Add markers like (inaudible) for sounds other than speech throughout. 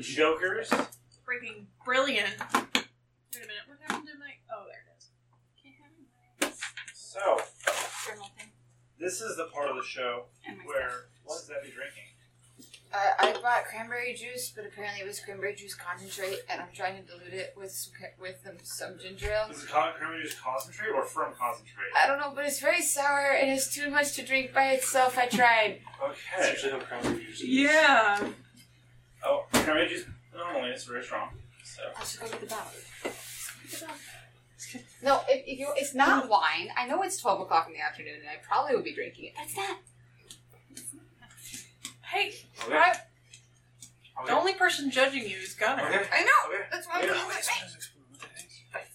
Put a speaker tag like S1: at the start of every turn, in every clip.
S1: Jokers.
S2: Freaking brilliant. Wait a minute, what happened to my. Oh, there it is. Can't have it.
S1: So
S2: Journal thing.
S1: this is the part of the show
S2: And my
S1: where what is that be drinking?
S3: Uh, I bought cranberry juice, but apparently it was cranberry juice concentrate, and I'm trying to dilute it with some, ca- with um, some ginger ale.
S1: Is it con- cranberry juice concentrate or from concentrate?
S3: I don't know, but it's very sour. It is too much to drink by itself. I tried.
S4: That's
S1: Okay.
S4: actually how cranberry juice
S2: stuff.
S4: is.
S2: Yeah.
S1: Oh, cranberry juice normally it's very strong. So
S3: I should go get the bottle. No, if, if you, it's not wine. I know it's twelve o'clock in the afternoon, and I probably would be drinking it. That's not.
S2: Hey,
S1: okay.
S2: I- the
S1: Okay.
S2: only person judging you is Gunnar.
S1: Okay.
S3: I know.
S1: Okay.
S3: That's why I'm
S1: Yeah.
S3: doing it.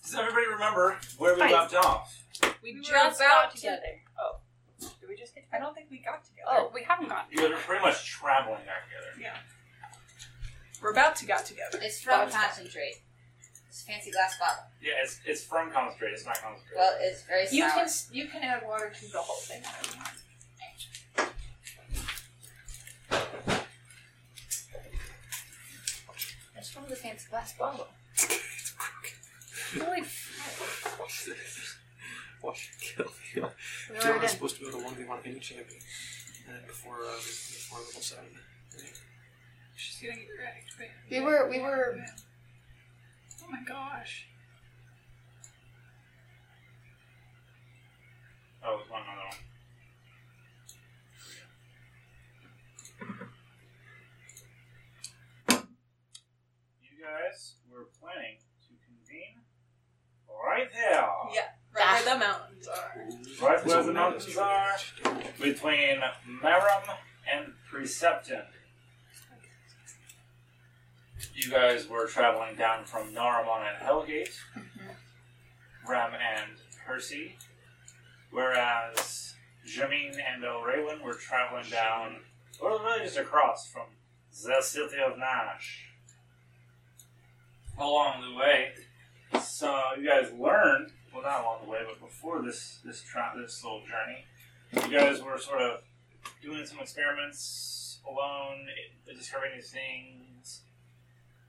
S1: Does everybody remember where we
S2: Fine.
S1: left off?
S2: We,
S5: were
S2: just
S5: about
S2: got
S5: to-
S2: together.
S5: Oh. Did we just get
S2: I don't think we got together.
S5: Oh, we haven't gotten.
S1: You guys are pretty much traveling back together.
S2: We're about to got together.
S3: It's from concentrate. It's a fancy glass bottle.
S1: Yeah, it's it's from concentrate. It's not concentrate.
S3: Well, it's very sour.
S5: You can you can add water to the whole thing.
S3: It's from the fancy glass bottle. Holy
S4: Watch this. Watch it kill you.
S3: We
S4: Two
S3: were
S4: was
S3: done.
S4: supposed to go to one v one any champion, and then before uh, before level seven.
S2: She's getting it right.
S3: We were. We were.
S2: Oh my gosh.
S1: Oh, there's one another one. You guys were planning to convene right there.
S2: Yeah, right where the mountains are.
S1: Right where the mountains are, between Marum and Precepton. You guys were traveling down from Naramon and Hellgate, Rem and Percy, whereas Jameen and El Raywin were traveling down, well, really just across from the city of Nash. Along the way, so you guys learned, well, not along the way, but before this this tra- this little journey, you guys were sort of doing some experiments alone, i- discovering these things.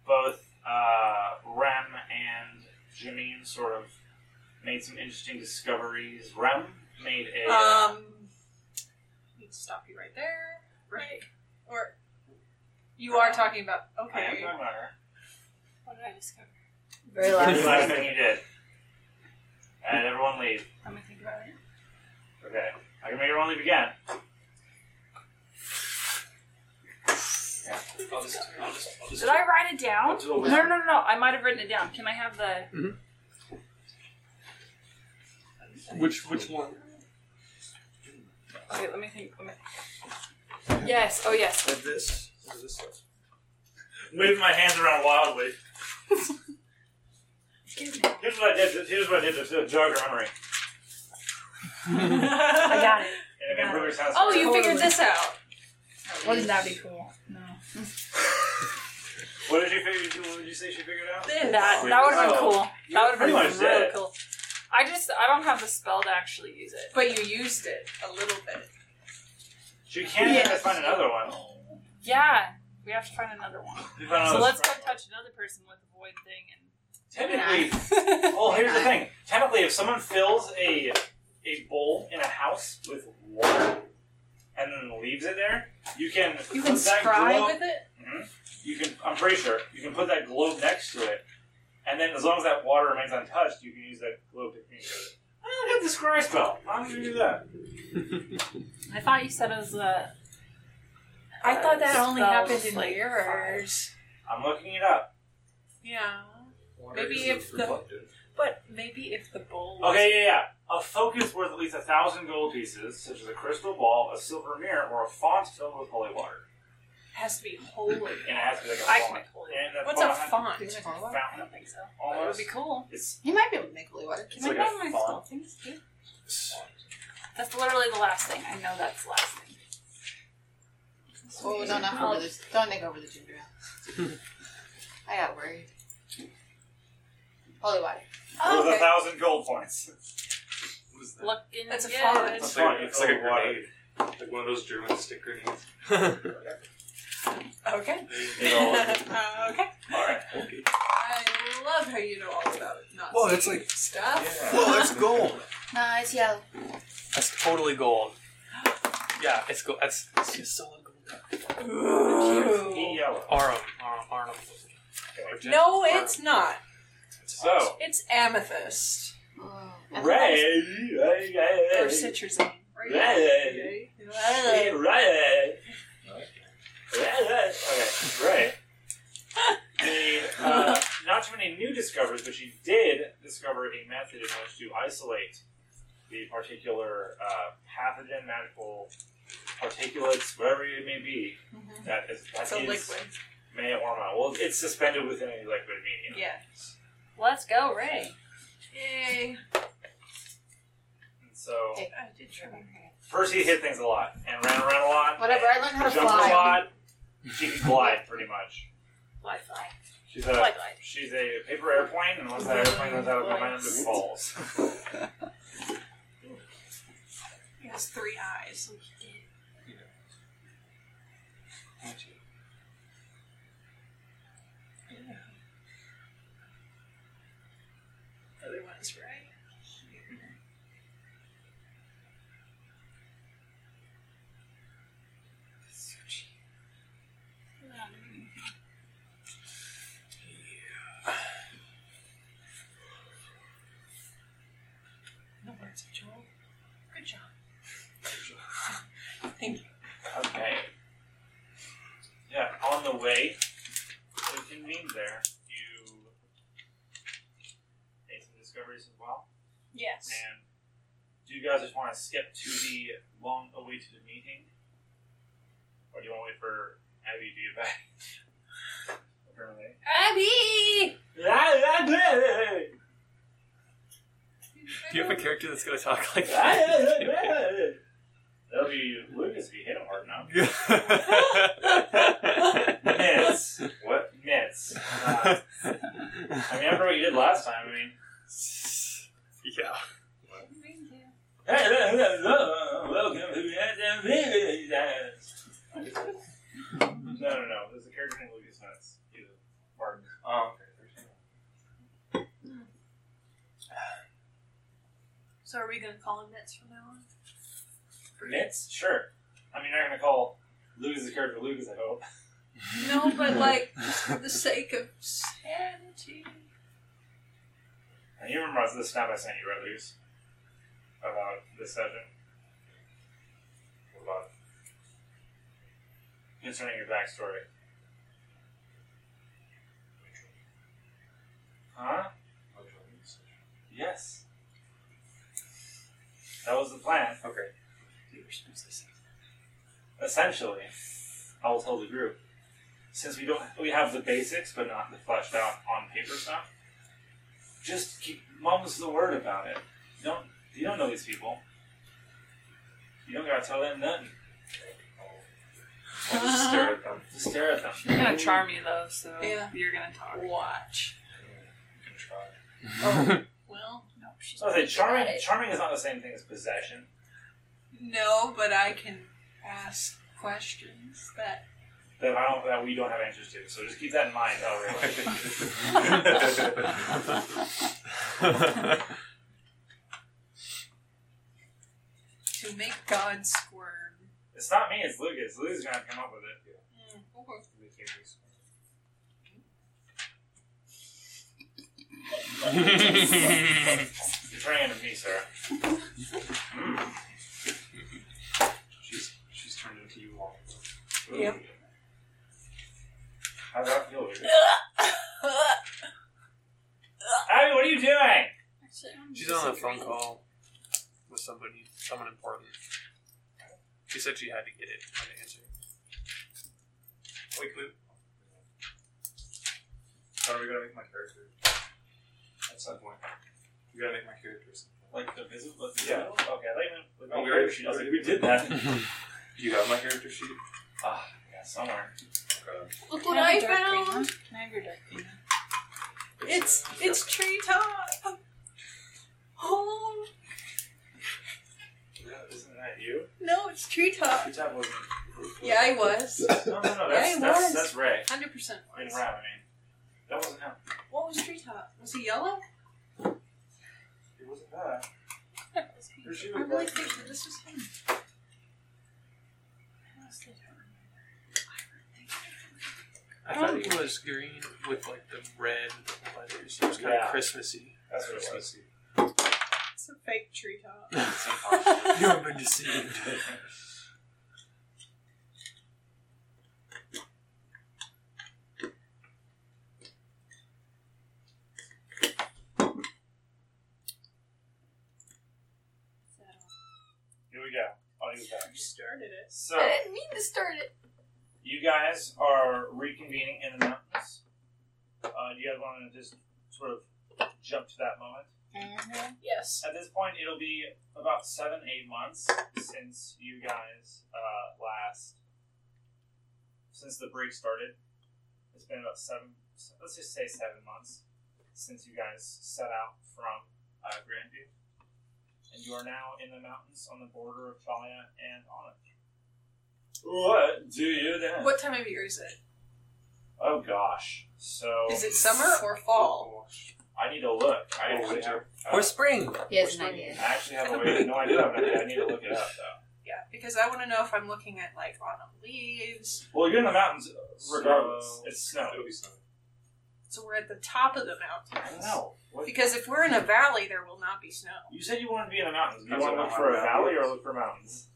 S1: Both uh, Rem and Jameen sort of made some interesting discoveries. Rem made a uh,
S2: Um, need to stop you right there, right? Or you
S5: Uh,
S2: are talking about
S1: I am
S2: okay?
S1: talking about her.
S2: What did I discover?
S1: (laughs)
S3: Very
S1: That's the last
S3: loud.
S1: thing he did. And everyone leave.
S2: Let me think about it.
S1: Okay. I can make everyone leave again.
S4: I'll just, I'll just, I'll just
S5: Did I write it down?
S4: I'll do a
S5: No,
S4: whisper.
S5: no, no, no. I might have written it down. Can I have the?
S4: Which which one?
S5: Okay, let me think. Let me... Yes. Oh, yes.
S4: Of this? Or this stuff?
S1: Waving my hands around wildly. Here's what I did. to- Here's what I did to, to jog your memory.
S5: (laughs) I got it.
S1: And it made perfect sense.
S5: Oh, you figured this out.
S3: Wouldn't that be
S5: cool? No.
S1: What did you figure? What did you say she figured out?
S5: That that would have been
S1: Oh.
S5: cool. That would have
S1: Pretty
S5: been
S1: much
S5: really
S1: did.
S5: cool. I just I don't have the spell to actually use it.
S2: But you used it a little bit.
S1: She can't
S5: Yes.
S1: find another one.
S5: Yeah, we have to find another one.
S1: You found
S5: So
S1: another
S5: let's go
S1: scrap
S5: touch another person with the void thing and.
S1: one. Technically,
S5: Nah.
S1: well, here's the thing. Technically, if someone fills a a bowl in a house with water and then leaves it there, you can
S2: You can
S1: put that
S2: scry
S1: globe-
S2: with it.
S1: You can. I'm pretty sure you can put that globe next to it, and then as long as that water remains untouched, you can use that globe to communicate. with it. I don't have the scry spell. How did you do that?
S5: (laughs) I thought you said it was uh, a.
S2: I thought that only
S5: Spells,
S2: happened in
S5: like,
S2: mirrors.
S1: I'm looking it up.
S2: Yeah,
S4: Water
S2: Maybe
S4: is
S2: if the-
S4: reflective.
S2: but maybe if the bowl. was-
S1: Okay, yeah, yeah. A focus worth at least a thousand gold pieces, such as a crystal ball, a silver mirror, or a font filled with holy water.
S2: has to be holy.
S1: And it has to be like a
S5: I can
S1: font.
S5: make holy.
S1: And
S2: What's a
S1: font
S2: font?
S5: I don't think so. But it would
S1: Almost.
S5: be cool.
S1: It's,
S3: You might be able to make holy water.
S1: it's like a font.
S5: That's literally the last thing. I know that's the last thing.
S3: Oh no, not over this. Don't make over the ginger ale. (laughs) I got worried. Holy water.
S2: Oh,
S1: With a thousand gold points.
S4: What is that?
S5: Looking
S2: That's a
S5: good.
S2: font.
S1: It's
S4: It's
S1: like-
S4: like,
S1: it's like a
S4: a grenade. Like one of those German stick grenades.
S6: Okay.
S1: You
S2: (laughs)
S1: know,
S6: okay.
S1: all right.
S4: Okay.
S6: I love how you know all about not
S4: Well, it's like,
S6: stuff.
S1: Yeah.
S4: well,
S2: (laughs)
S4: that's gold.
S3: Nah, it's yellow.
S4: That's totally gold. Yeah, it's gold. That's it's just solid gold.
S1: Eat yellow.
S4: Arum, arum, arum.
S6: No, it's not.
S1: So,
S6: It's amethyst
S4: Mm.
S1: Ray.
S6: or citrusine.
S1: Ray. Ray. Ray. Okay, Ray. The, uh, not too many new discoveries, but she did discover a method in which to isolate the particular uh, pathogen, magical particulates, whatever it may be, that is, that
S6: It's a
S1: is-
S6: liquid.
S1: may or may well, it's suspended within a liquid medium.
S6: Yeah.
S5: Let's go, Ray.
S6: Yay.
S1: And so
S6: I did try.
S1: Percy hit things a lot and ran around a lot.
S3: Whatever, I learned how to
S1: jumped a
S3: fly.
S1: lot. She can glide pretty much.
S5: Fly, fly.
S1: She's a
S5: Fly, fly.
S1: she's a paper airplane, and once that airplane goes out of momentum, it falls.
S6: He has three eyes. The other one is right here. No words, Joel. Good job. Thank you.
S1: Okay. Yeah, on the way to convene there, you made some discoveries as well.
S6: Yes.
S1: And do you guys just want to skip to the long awaited meeting? Or do you want to wait for Abby to get back? (laughs) Apparently.
S5: Abby!
S4: Do you have a character that's gonna talk like
S1: That'll be Lucas if you hit him hard enough. Mitts. What? Mitts. Uh, I mean, I remember what you did last time. I mean.
S4: yeah.
S1: Welcome to the No, no, no. There's a character named Lucas Nuts. He's a Martin. Oh, okay.
S6: So are we gonna call him Mitts from now on?
S1: Mitts? Sure. I mean, you're not going to call Lucas the character Lucas, I hope.
S6: No, but like just for the sake of sanity.
S1: And you remember the snap I sent you, right, Lucas? About this session? What about it? Concerning your backstory. Huh? Yes. That was the plan.
S4: Okay.
S1: Essentially, I will tell the group since we don't we have the basics but not the fleshed out on paper stuff. Just keep mum's the word about it. You don't you don't know these people. You don't gotta tell them nothing.
S4: I'll just stare at them.
S1: Just stare at them.
S5: You're gonna charm you though, so
S6: Yeah.
S5: you're gonna talk.
S6: Watch.
S4: Oh.
S6: Well, oh. no, she's.
S1: So I say charming.
S3: Got it.
S1: Charming is not the same thing as possession.
S6: No, but I can ask questions that.
S1: That I don't. That we don't have answers to. So just keep that in mind. Oh,
S5: (laughs)
S6: to make God squirm.
S1: It's not me. It's Lucas. Lucas is gonna have to come up with it.
S6: (laughs)
S4: (laughs)
S1: You're trying to me, sir.
S4: she's she's turned into you all.
S6: Yep.
S1: How does that feel? Lucas? Abby, what are you doing?
S4: She's on a phone call with somebody, someone important. She said she had to get it. Had to answer. Wait, Clue.
S7: How are we gonna make my character? At some point. We gotta make my character.
S1: Like the visit?
S7: Yeah.
S1: Okay, I
S7: Oh,
S1: thought
S7: we
S1: you
S7: already-
S1: meant. She does it. We did
S4: (laughs)
S1: that.
S7: Do you have my character sheet?
S1: Ah, yeah, somewhere.
S7: Okay.
S6: Look
S5: Can
S6: what
S5: I
S6: I
S5: have your dark green
S6: found!
S5: Can I have your dark green one?
S6: It's it's treetop. Oh
S1: Isn't that you?
S6: no, it's treetop.
S1: Your tab wasn't
S5: Yeah, I was.
S1: No,
S5: (laughs) Yeah,
S1: no, no. That's
S5: he
S1: that's,
S5: was.
S1: that's Ray.
S6: Hundred percent.
S1: Wait, Ray. I mean, that wasn't him.
S5: What was treetop?
S6: Was he yellow?
S7: It wasn't that. Or she
S6: I really
S7: was black.
S6: think that this was him. I honestly don't remember.
S4: I thought he was green with like the red letters. He was kind
S1: Yeah.
S4: of (laughs) Christmassy.
S1: That's what it was.
S6: It's a
S1: (laughs)
S6: fake treetop.
S4: you have been deceived.
S1: Here we go. I'll use that.
S6: You started it.
S1: So
S3: I didn't mean to start it.
S1: you guys are reconvening in the mountains. Uh, do you guys want to just sort of jump to that moment?
S3: Mm-hmm.
S6: Yes.
S1: At this point, it'll be about seven, eight months since you guys uh, last, since the break started. It's been about seven, let's just say seven months since you guys set out from uh, Grandview. And you are now in the mountains on the border of Talia and Onic. What do you then?
S6: What time of year is it?
S1: Oh gosh. So.
S6: Is it summer or fall?
S7: Oh,
S1: I need to look. I
S7: Or
S1: actually have,
S7: winter.
S1: uh,
S4: Or spring.
S3: He has an idea.
S1: I actually have a way. No, I do have an idea. I need to look it up, though.
S6: Yeah, because I want to know if I'm looking at like autumn leaves.
S1: Well, you're in the mountains regardless.
S7: So-
S1: it's snow.
S7: It'll be snowing.
S6: So we're at the top of the
S1: I
S6: mountains.
S1: don't know. What-
S6: Because if we're in a valley, there will not be snow.
S1: You said you wanted to be in the mountains. Do you
S7: That's
S1: want to
S7: what
S1: look
S7: I
S1: for a
S7: want.
S1: valley or look for mountains?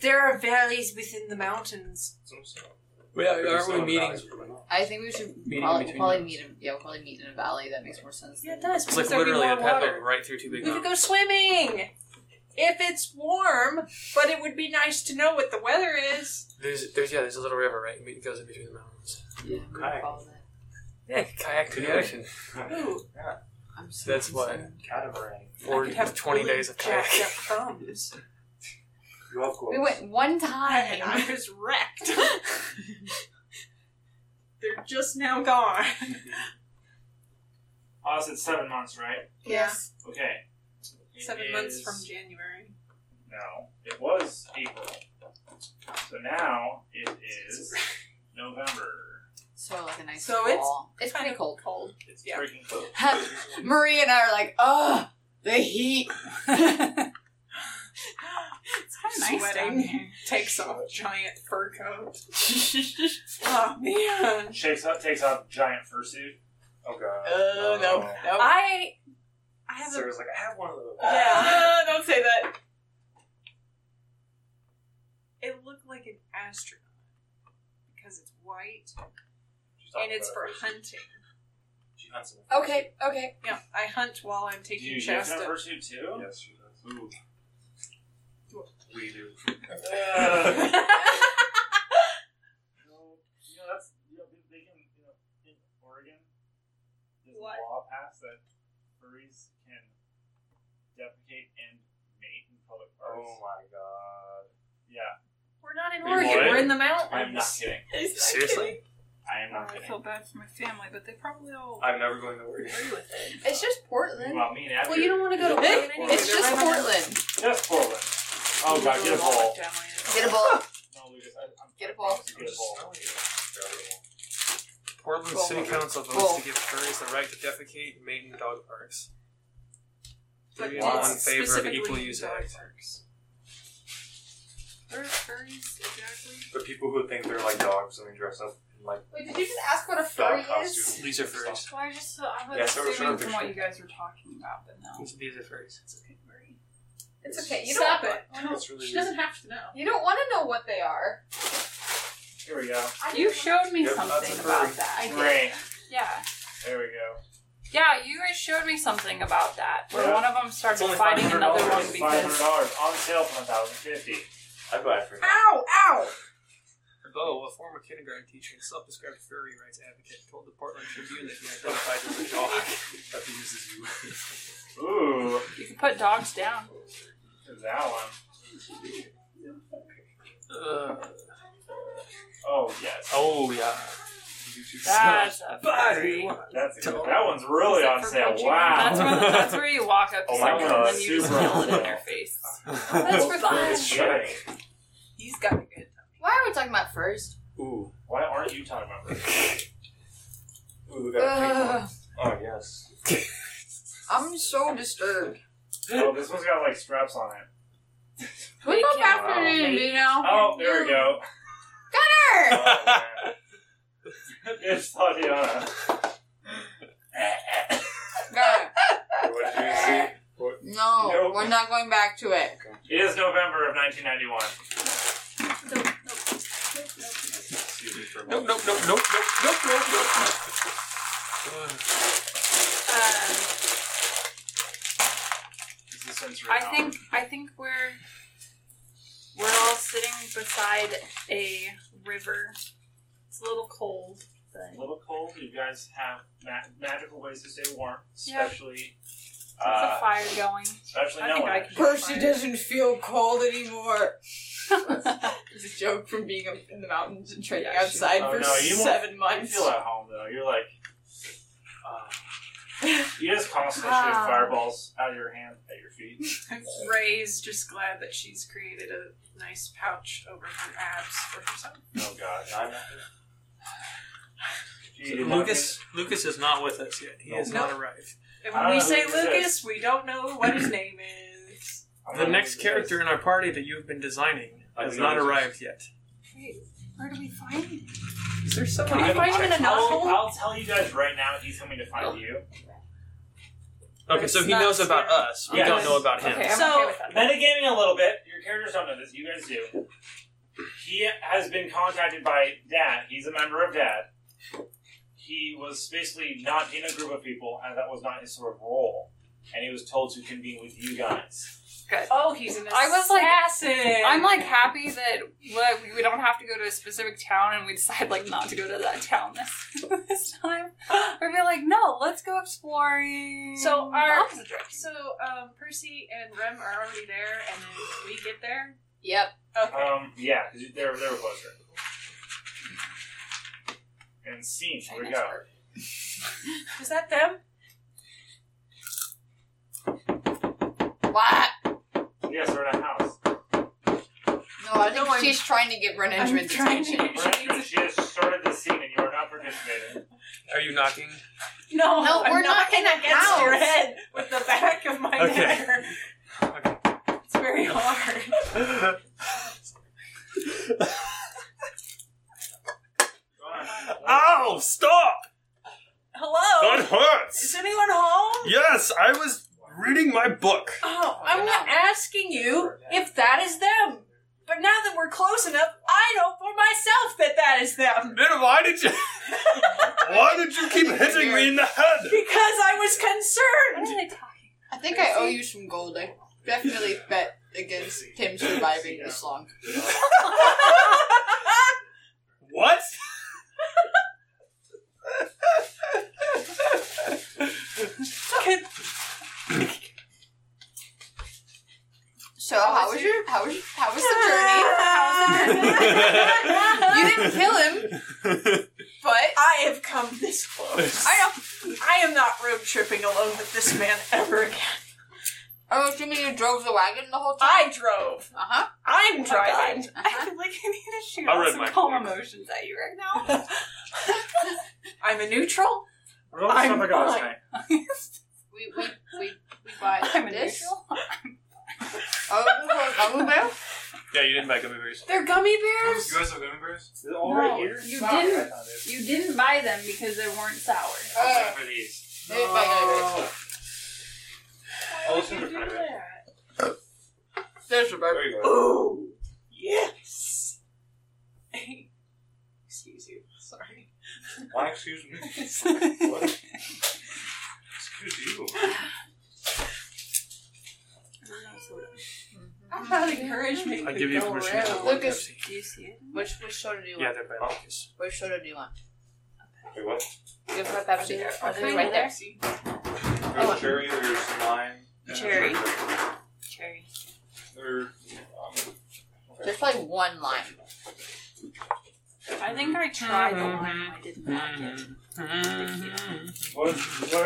S6: There are valleys within the mountains.
S7: It's almost snow.
S4: Wait,
S7: Could be
S4: Uh, aren't we
S7: snowing
S4: meeting?
S7: valleys for now.
S3: I think we should
S4: Meeting in
S3: probably,
S4: between
S3: probably
S4: those.
S3: meet him. Yeah, we'll probably meet in a valley. That makes more sense.
S6: Yeah, it
S3: than-
S6: does.
S4: It's
S6: Because
S4: like
S6: there'd be
S4: literally a
S6: more water.
S4: paddle right through two big
S6: We could
S4: mountains.
S6: go swimming. If it's warm, but it would be nice to know what the weather is.
S4: There's, there's, yeah, there's a little river, right? It goes in between the mountains.
S3: Yeah, I'm gonna
S7: Kayak.
S3: follow that.
S4: Yeah, kayak to the ocean.
S6: Ooh,
S3: I'm so
S4: That's why
S3: concerned.
S7: Catamaran.
S4: Or
S6: I could have
S4: 20
S6: really
S4: days of
S6: jacked
S4: kayak.
S6: up (laughs) thumbs.
S7: Golf course.
S3: We went one time.
S6: (laughs) and
S3: (laughs)
S6: I was wrecked. (laughs) They're just now gone.
S1: Oh, it's seven months, right?
S3: Yes.
S1: Okay. It
S6: Seven months
S1: is-
S6: from January.
S1: No, it was April. So now it is November.
S3: So like a nice
S6: So it's
S3: fall. It's pretty
S6: of
S3: cold.
S6: Cold.
S1: It's
S6: Yeah.
S1: freaking cold.
S3: Marie and I are like, oh,
S6: (laughs)
S3: the heat. it's kind
S6: Sweating. Takes off a giant fur coat. oh man.
S1: Shakes up, takes off giant fursuit.
S7: Oh god.
S3: Oh no, no.
S6: I I have
S7: Sarah's like, I have one of those.
S6: (laughs) a Yeah. Ah, don't say that. It looked like an astronaut. Because it's white
S7: She's talking
S6: and it's
S7: about
S6: for
S7: it.
S6: hunting.
S7: She hunts them.
S3: okay, okay.
S6: Yeah, I hunt while I'm
S1: Do
S6: taking
S1: you guys have
S6: Shasta.
S1: a fursuit too?
S7: Yes, she does.
S1: Ooh.
S7: We do.
S1: Uh, No, you know that's you know, they they can you know in Oregon there's
S6: What?
S1: a law passed that furries can defecate and mate in public parks.
S7: Oh my god.
S1: Yeah,
S6: We're not in
S1: Wait,
S6: Oregon,
S1: what?
S6: we're in the mountains.
S1: I'm not kidding.
S6: Is that
S4: (laughs) Seriously?
S6: kidding?
S1: I am
S6: Oh,
S1: not
S6: I
S1: kidding.
S6: feel bad for my family, but they probably all
S7: I'm never going to work.
S6: agree with it.
S3: It's just Portland.
S1: Well, me and Abby
S6: Well, you don't want to go to Oregon anyway.
S3: It's
S6: They're
S3: just
S6: right on the-
S3: Portland.
S1: just Portland. Oh god, get a ball.
S3: Get a ball.
S1: No, Lucas, I, I'm
S3: Get a
S1: I
S3: ball.
S1: promise you Get a ball.
S4: Portland
S3: Roll
S4: City
S3: over.
S4: Council votes
S3: Roll.
S4: to give furries the right to defecate and mate in dog parks.
S6: But
S4: Three
S6: it's
S4: to one in favor of
S6: specifically
S4: Equal Use
S6: dog
S4: Act.
S6: parks. There are furries, exactly.
S7: The people who think they're like dogs and they dress up in like
S3: Wait, did you just ask what a
S7: dog
S3: furry is?
S7: costumes.
S4: These are furries.
S5: Well, I just I was
S7: Yeah, so- so
S5: assuming
S7: I'm
S5: from what
S7: sure.
S5: you guys were talking about, but no.
S4: These- These are furries.
S5: It's okay, Marie.
S3: It's okay. You
S6: Stop
S3: don't.
S6: it.
S7: I know. It's really
S6: She doesn't have to know.
S3: You don't want to know what they are.
S1: Here we go.
S3: I
S5: You
S3: don't
S5: showed me
S7: Yep, that's
S5: something
S7: a
S5: about
S7: furry.
S5: that.
S1: Great.
S5: Yeah.
S1: There we go.
S5: Yeah, you guys showed me something about that. Where
S1: Yeah.
S5: one of them
S7: It's
S5: started
S7: only
S5: fighting another
S7: $500.
S5: one
S1: Five hundred
S5: because
S1: dollars on sale for one thousand fifty.
S7: I buy it for
S6: Ow! Ow!
S4: Bo, a former kindergarten teacher and self-described furry rights advocate, told the Portland Tribune that he identified as
S7: (laughs)
S4: a dog.
S7: abuses you.
S1: Ooh,
S5: you can put dogs
S1: (laughs)
S5: down.
S1: there's that one.
S4: Uh,
S1: Oh yes.
S4: oh yeah. Ah.
S5: That's a
S4: Buddy.
S1: That's a good. That one's really on
S5: Except for punching.
S1: sale. Wow.
S5: That's where,
S1: (laughs)
S5: that's where you walk up to
S7: Oh my
S5: someone
S1: God,
S5: and then you just
S1: super
S5: yell it in
S1: awesome.
S7: (laughs)
S5: their face.
S3: That's for
S1: It's
S3: fun.
S1: shredding.
S5: He's got a good tummy.
S3: Why are we talking about first?
S7: Ooh,
S1: Why aren't you talking about this?
S7: ooh, we got a pink one.
S3: Ugh,
S7: Oh yes.
S3: I'm so disturbed.
S1: Oh, this one's got like straps on it.
S3: We
S5: They
S3: go
S5: can't-
S3: back to
S5: they-
S3: it, you know.
S1: Oh, there we go.
S3: Gunner!
S1: Oh,
S4: (laughs)
S1: man. it's Tatiana.
S3: Gunner.
S7: What did you see? What?
S3: No,
S1: Nope.
S3: we're not going back to it.
S1: It is November of 1991.
S6: Nope, nope.
S1: Excuse me for a
S4: Nope,
S1: moment.
S4: nope, nope, nope, nope, nope, nope, nope. Uh,
S6: Um,
S1: Is this sensory
S6: I
S1: now?
S6: think I think we're we're all sitting beside a river. It's a little cold,
S1: A
S6: but
S1: little cold. You guys have ma- magical ways to stay warm,
S6: Yeah.
S1: especially
S6: there's a
S1: uh,
S6: fire going.
S1: especially
S6: I
S1: no
S6: think I
S1: one.
S6: can- Percy
S3: doesn't feel cold anymore. it's a joke from being up in the mountains and training outside
S1: Oh,
S3: for
S1: no, you won't-
S3: seven
S1: You
S3: months.
S1: feel at home though. You're like,
S6: (laughs)
S1: uh, you just constantly shoot
S6: Ah.
S1: fireballs out of your hand at your feet.
S6: Ray's just glad that she's created a nice pouch over her abs for herself.
S1: Oh god, I'm not.
S4: so
S1: Gee, you
S4: Lucas, Lucas is not with us yet. He has
S6: Nope.
S4: not arrived.
S6: And
S1: I
S6: when we
S1: don't know
S6: say
S1: who this
S6: Lucas, we don't know what his name is.
S1: I'm
S4: The
S1: not
S4: next
S1: gonna do this.
S4: character in our party that you have been designing
S7: I
S4: has
S7: do
S4: not
S7: know this.
S4: arrived yet.
S6: (laughs) Wait, where do we find him?
S4: Is there
S6: Can
S4: someone?
S6: you
S1: I'm-
S6: find him in a
S1: I'll,
S6: novel?
S1: I'll tell you guys right now. He's coming to find you.
S4: Okay, so
S6: It's
S4: he
S6: not
S4: knows about
S6: scary.
S4: us. We
S1: Yes.
S4: don't know about him.
S5: Okay, I'm
S6: So-
S5: okay with that.
S1: Metagaming a little bit. Your characters don't know this. You guys do. He has been contacted by Dad. He's a member of Dad. He was basically not in a group of people, and that was not his sort of role. And he was told to convene with you guys.
S6: Oh, he's an
S5: I was like-
S6: assassin.
S5: I'm like happy that like, we- we don't have to go to a specific town and we decide like not to go to that town this (laughs) this time. We'd be like, no, let's go exploring.
S6: So our-
S5: the opposite direction.
S6: So um, Percy and Rem are already there, and then we get there.
S3: Yep.
S6: Okay.
S1: Um, yeah, 'cause they're they're closer. And scene. Here we go.
S6: Was that them?
S3: What?
S1: Yes, we're in a house.
S3: No, I
S6: No,
S3: think
S6: I'm-
S3: she's trying to get Brennan
S6: I'm
S3: Schmidt's
S6: trying
S3: attention.
S6: to get
S1: Brandon, she has started the scene, and you are not participating.
S4: Are you knocking?
S6: No,
S3: No,
S6: I'm
S3: we're not
S6: knocking
S3: in a
S6: against your
S3: house.
S6: head with the back of my
S4: Okay.
S6: neck.
S4: Okay.
S6: It's very hard.
S1: Go on.
S4: (laughs) Ow! Stop!
S6: Hello?
S4: That hurts.
S6: Is anyone home?
S4: Yes, I was reading my book.
S6: Oh, I'm not asking you if that is them. But now that we're close enough, I know for myself that that is them.
S4: Then why did you? (laughs) why did you keep hitting me in the head?
S6: (laughs) Because I was concerned.
S5: what are they talking?
S3: I think I owe you some gold. I definitely bet against him surviving this long.
S4: What? (laughs)
S6: Can-
S3: So how was your how was how was the journey?
S6: (laughs)
S3: (laughs) You didn't kill him, but
S6: I have come this close.
S3: I know.
S6: I am not road tripping alone with this man ever again.
S3: I'm assuming oh, you drove the wagon the whole time.
S6: I drove.
S3: Uh huh.
S6: I'm driving.
S5: I feel Oh (laughs) like I need to shoot
S4: I
S5: all
S4: read
S5: some
S4: my
S5: calm
S4: book.
S5: emotions at you right now.
S6: I'm a neutral.
S1: Roll the
S6: I'm
S1: stuff I got last
S6: fine.
S1: night.
S3: We we we we (laughs) bought
S5: I'm a
S3: this.
S5: neutral.
S3: Oh, gummy bear.
S4: yeah, you didn't make up a very.
S6: They're gummy
S7: You
S6: bears.
S7: guys have gummy bears?
S1: Is it all
S5: No,
S1: right here?
S5: Oh, you
S1: Fuck, I
S5: didn't.
S1: found it.
S5: You didn't buy them because they weren't sour.
S3: Uh,
S7: Except for these.
S3: they buy gummy bears.
S7: I'll listen to private.
S3: There's a bear.
S7: There you go.
S6: Ooh, yes. (laughs) Excuse you. Sorry.
S7: Why excuse me?
S5: Excuse
S7: Excuse you.
S6: I'm not encourage me.
S4: I give you
S6: go
S4: permission.
S6: around.
S4: To
S3: Look at-
S4: Pepsi.
S5: Do you see it?
S3: Which which soda do you
S4: Yeah,
S3: want?
S4: they're bad. Lucas.
S3: Which soda do you want?
S7: Wait, what?
S3: You have a Pepsi.
S5: Are they
S3: right there.
S7: There's cherry, there's lime. and-
S5: Cherry. Cherry.
S7: There. Um, okay.
S3: There's probably one lime.
S5: I think I tried the one.
S4: Mhm.
S5: I didn't like it.
S1: What, what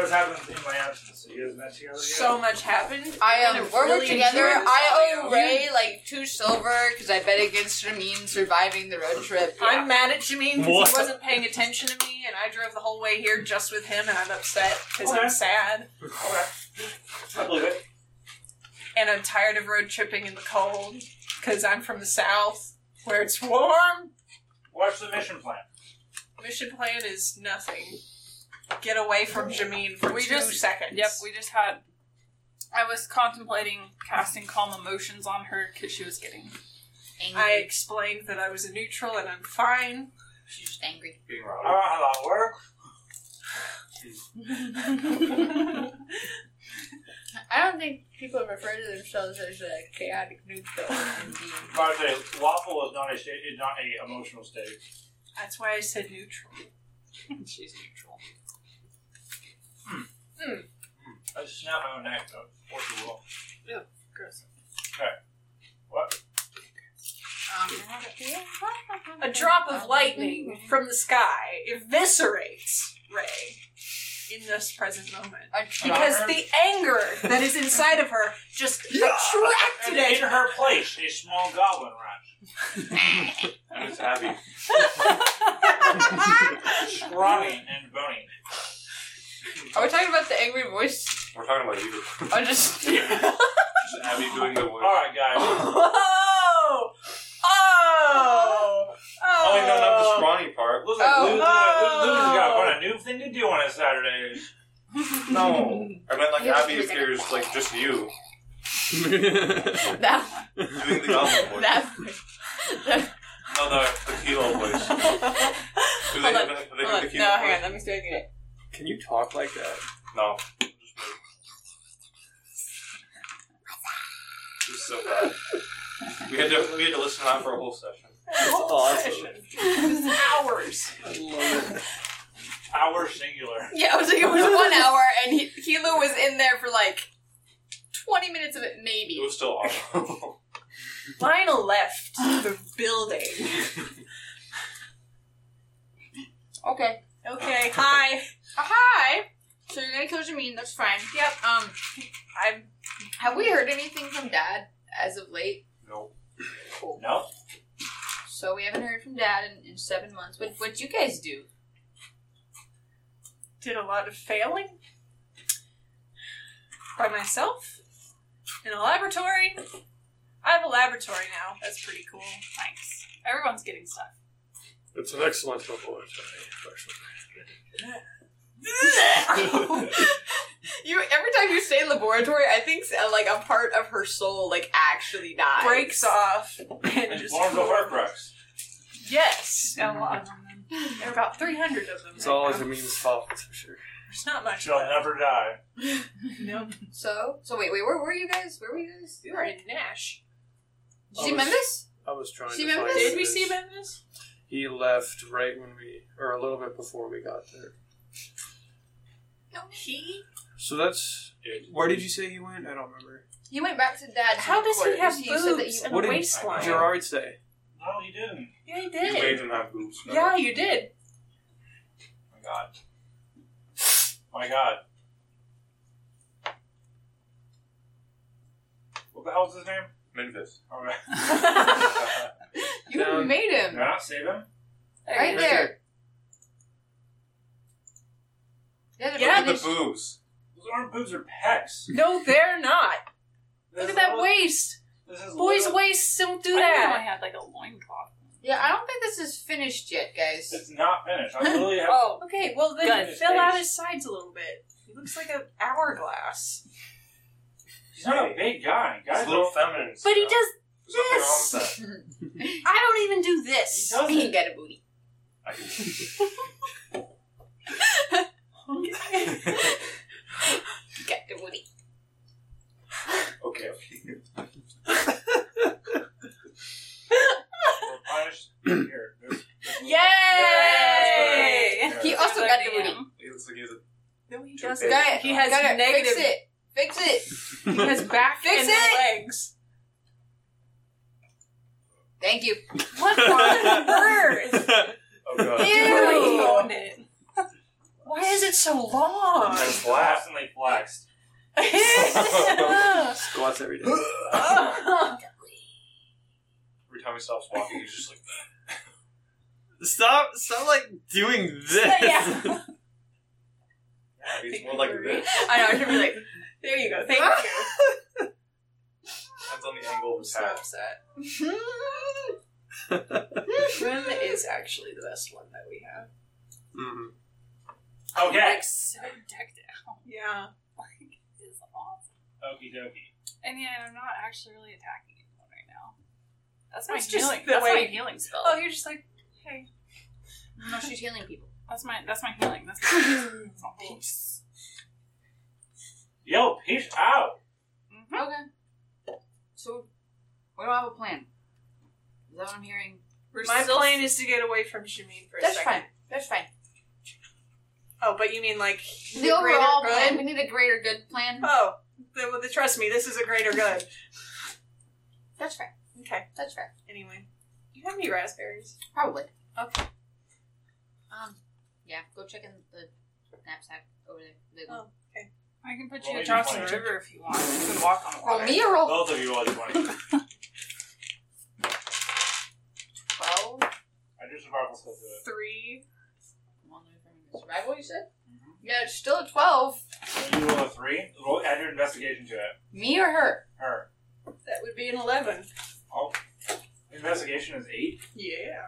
S1: has happened in my absence? Are you guys met together yet?
S6: So much happened.
S3: I
S6: And
S3: um,
S6: it
S3: we're
S6: really
S3: together.
S6: enjoyed this
S3: I owe
S6: audio.
S3: Ray like two silver because I bet against Jameen surviving the road trip.
S6: I'm mad at Jameen because
S4: What?
S6: he wasn't paying attention to me, and I drove the whole way here just with him, and I'm upset because
S1: Okay.
S6: I'm sad
S1: Okay. I believe it.
S6: and I'm tired of road tripping in the cold because I'm from the south where it's warm.
S1: What's the mission plan?
S6: Mission plan is nothing. Get away from Jameen for
S5: We
S6: two
S5: just-
S6: seconds.
S5: Yep, we just had. I was contemplating casting calm emotions on her because she was getting.
S3: Angry.
S6: I explained that I was a neutral and
S5: (laughs)
S6: I'm fine.
S3: She's just angry.
S7: Being
S1: I
S7: robbed.
S4: (laughs)
S1: don't know how that works.
S3: I don't think people refer to themselves as a chaotic neutral.
S1: By the way, lawful is not a state, is not a emotional state.
S6: That's why I said neutral.
S5: (laughs) She's neutral.
S1: I just snapped my own neck, though. What you will.
S5: Gross. (laughs)
S1: What?
S3: Um,
S6: A drop of lightning from the sky eviscerates Ray in this present moment. Because the anger that is inside of her just
S1: And
S6: attracted
S1: in
S7: (laughs)
S6: it.
S1: her place, a small goblin rush.
S7: I'm
S4: (laughs)
S7: just happy.
S6: (laughs)
S1: Scrawny and bony.
S3: Are we talking about the angry voice?
S7: We're talking
S6: (laughs)
S7: about you.
S3: I (laughs) just.
S7: Just Abby doing the voice.
S1: Alright, guys.
S6: Oh! Oh!
S7: Oh, wait, no, not the
S6: Oh!
S7: scrawny part.
S1: Listen,
S3: Oh.
S1: Lou, Lou, Lou, Lou's got quite a new thing to do on a Saturday.
S7: No. (laughs) I meant like
S3: Yeah,
S7: Abby
S3: she was
S7: appears
S3: like-
S7: like just you (laughs)
S3: that
S7: doing the goblin voice.
S3: (laughs)
S7: (laughs)
S3: that that
S7: No, the the Kilo voice. Do they,
S6: Hold on,
S7: do they do
S6: Hold
S7: the
S6: on.
S7: Kilo
S6: No,
S7: voice?
S6: hang on, let me see if I can get it.
S4: Can you talk like that?
S7: No. Just wait. It was so bad. We had to we had to listen to that for a whole session.
S4: awesome.
S6: Hours.
S4: I love it.
S1: Our singular.
S3: yeah, I was like it (laughs) was one hour, and he, Hilo was in there for like twenty minutes of it,
S7: It
S3: maybe.
S7: was still
S6: (laughs)
S7: awful.
S6: Lionel left the building.
S3: Okay.
S6: Okay, hi.
S3: Uh, Hi. So you're gonna kill Jameen? That's fine.
S6: Yep, um, I'm
S3: Have we heard anything from Dad as of late?
S7: no.
S3: Cool.
S1: No?
S3: So we haven't heard from Dad in, in seven months. What What you guys do?
S6: did a lot of failing by myself in a laboratory. I have a laboratory now. That's pretty
S4: (laughs)
S6: cool.
S5: Thanks. Everyone's getting stuff.
S4: It's an excellent laboratory, actually.
S3: You every time you say laboratory, I think uh, like a part of her soul like actually dies.
S6: Breaks off and
S1: And
S6: just
S1: forms a horcrux.
S6: Yes, a lot. There are about three hundred of them.
S4: It's
S6: right
S4: all
S6: now.
S4: Jameen's fault, that's for sure.
S6: There's not much.
S1: She'll never die.
S6: Nope.
S3: So so wait wait where were you guys? Where were you guys?
S6: We were in Nash.
S3: Did you see Memphis?
S4: I was trying
S3: See
S4: to find
S3: Memphis?
S4: him.
S6: Did we see Memphis?
S4: He left right when we, or a little bit before we got there.
S3: No.
S6: He?
S4: So that's where did you say he went? I don't remember.
S3: He went back to Dad's.
S6: How does he have
S3: headquarters. said that
S6: boobs
S3: you
S6: and
S4: What
S6: a
S4: did
S6: waistline?
S4: Gerard say
S1: No, you didn't.
S6: Yeah, he
S7: You
S6: did.
S7: made him have boobs. no.
S6: Yeah, you did.
S1: my god. My god. What the hell's his name?
S7: Minvis.
S1: Okay.
S6: (laughs)
S3: you
S4: down-
S3: made him
S1: Yeah, save him.
S3: right
S4: Right
S3: there. Yeah, they're
S6: Yeah,
S3: both
S7: Look
S3: in
S7: at
S3: his-
S7: the boobs.
S1: Those aren't boobs are pecs.
S6: (laughs) No, they're not.
S1: This
S6: Look
S1: is
S6: at that
S1: little-
S6: waist.
S1: This is
S6: Boys'
S1: little-
S6: waists don't do
S5: I didn't know I
S6: that.
S5: had like a loincloth.
S3: yeah, I don't think this is finished yet, guys.
S1: It's not finished. I literally
S6: (laughs)
S1: have.
S5: Oh,
S6: Okay, well then
S1: Good.
S6: fill out his sides a little bit. He looks like an hourglass.
S1: He's not a big guy.
S7: It's
S1: Guys,
S7: a little
S1: little
S7: feminine.
S6: But he
S7: stuff.
S6: does.
S7: There's nothing wrong with that.
S6: (laughs) I don't even do
S1: he
S6: this.
S3: he can
S1: doesn't.
S3: get a booty.
S7: I can-
S3: (laughs) Get the booty.
S7: okay, okay. (clears throat)
S1: We're punished. Here, this- this-
S6: Yay!
S1: Yeah.
S3: He also got the booty.
S5: Damn.
S7: He looks like he's a
S6: No, he
S7: Too
S6: doesn't.
S7: big.
S3: Got it.
S6: He has
S3: Got it.
S6: negative.
S3: Fix it. Fix it.
S6: He has back (laughs)
S3: Fix
S6: and
S3: it.
S6: legs.
S3: Thank you.
S6: What on earth?
S4: (laughs)
S7: Oh
S3: Uh, (laughs)
S7: god.
S6: Ew.
S5: Ruined it.
S6: Why is it so long?
S1: (laughs)
S6: (laughs)
S1: They collapsed and they flexed.
S6: Ugh.
S7: Squats every day. Every time he stops walking, he's just like,
S4: Stop! Stop! Like doing this.
S6: Yeah.
S7: "Yeah, he's more like this.
S6: I know, I should be like, there you go, thank you.
S7: Depends on the angle of his
S6: so
S7: hat.
S6: upset. Rim is actually the best one that we have.
S4: Mhm.
S1: Okay.
S5: Like so decked out.
S6: Yeah.
S5: Like it's awesome.
S1: Okie dokie.
S5: And yet I'm not actually really attacking anyone right now. That's my
S6: That's just
S5: healing.
S6: the
S5: that's
S6: way-
S5: my healing spell.
S6: Oh, you're just like, hey.
S3: No, she's healing people.
S5: That's my that's my healing.
S6: (laughs)
S5: That's my that's not peace.
S1: Yo, peace out.
S6: Mm-hmm.
S5: Mhm.
S3: Okay. So, we don't have a plan. Is that what I'm hearing?
S5: We're
S6: My
S5: still-
S6: plan is to get away from Shamin for a
S3: That's
S6: second.
S3: fine. That's fine.
S6: Oh, but you mean like the
S3: The,
S6: greater
S3: overall
S6: good?
S3: plan. We need a greater good plan.
S6: Oh, the, well, the, trust me, this is a greater good.
S3: That's fair.
S6: Okay.
S3: That's fair.
S6: Anyway, do you have any raspberries?
S3: Probably.
S6: Okay.
S3: Um. Yeah. Go check in the knapsack over there. The-
S6: Oh.
S5: I can put
S1: Well,
S5: you
S1: maybe
S5: across the
S1: fine.
S5: river if you want. You can walk on water.
S3: Roll Oh. me or roll
S1: Both of you all you want. I
S3: twelve.
S1: drew survival skill to it.
S6: Three.
S3: Survival, you said? Yeah, it's still a twelve.
S1: So you roll a three. Roll, add your investigation to it.
S3: Me or her?
S1: Her.
S6: That would be an eleven.
S1: Oh. Investigation is eight.
S6: Yeah.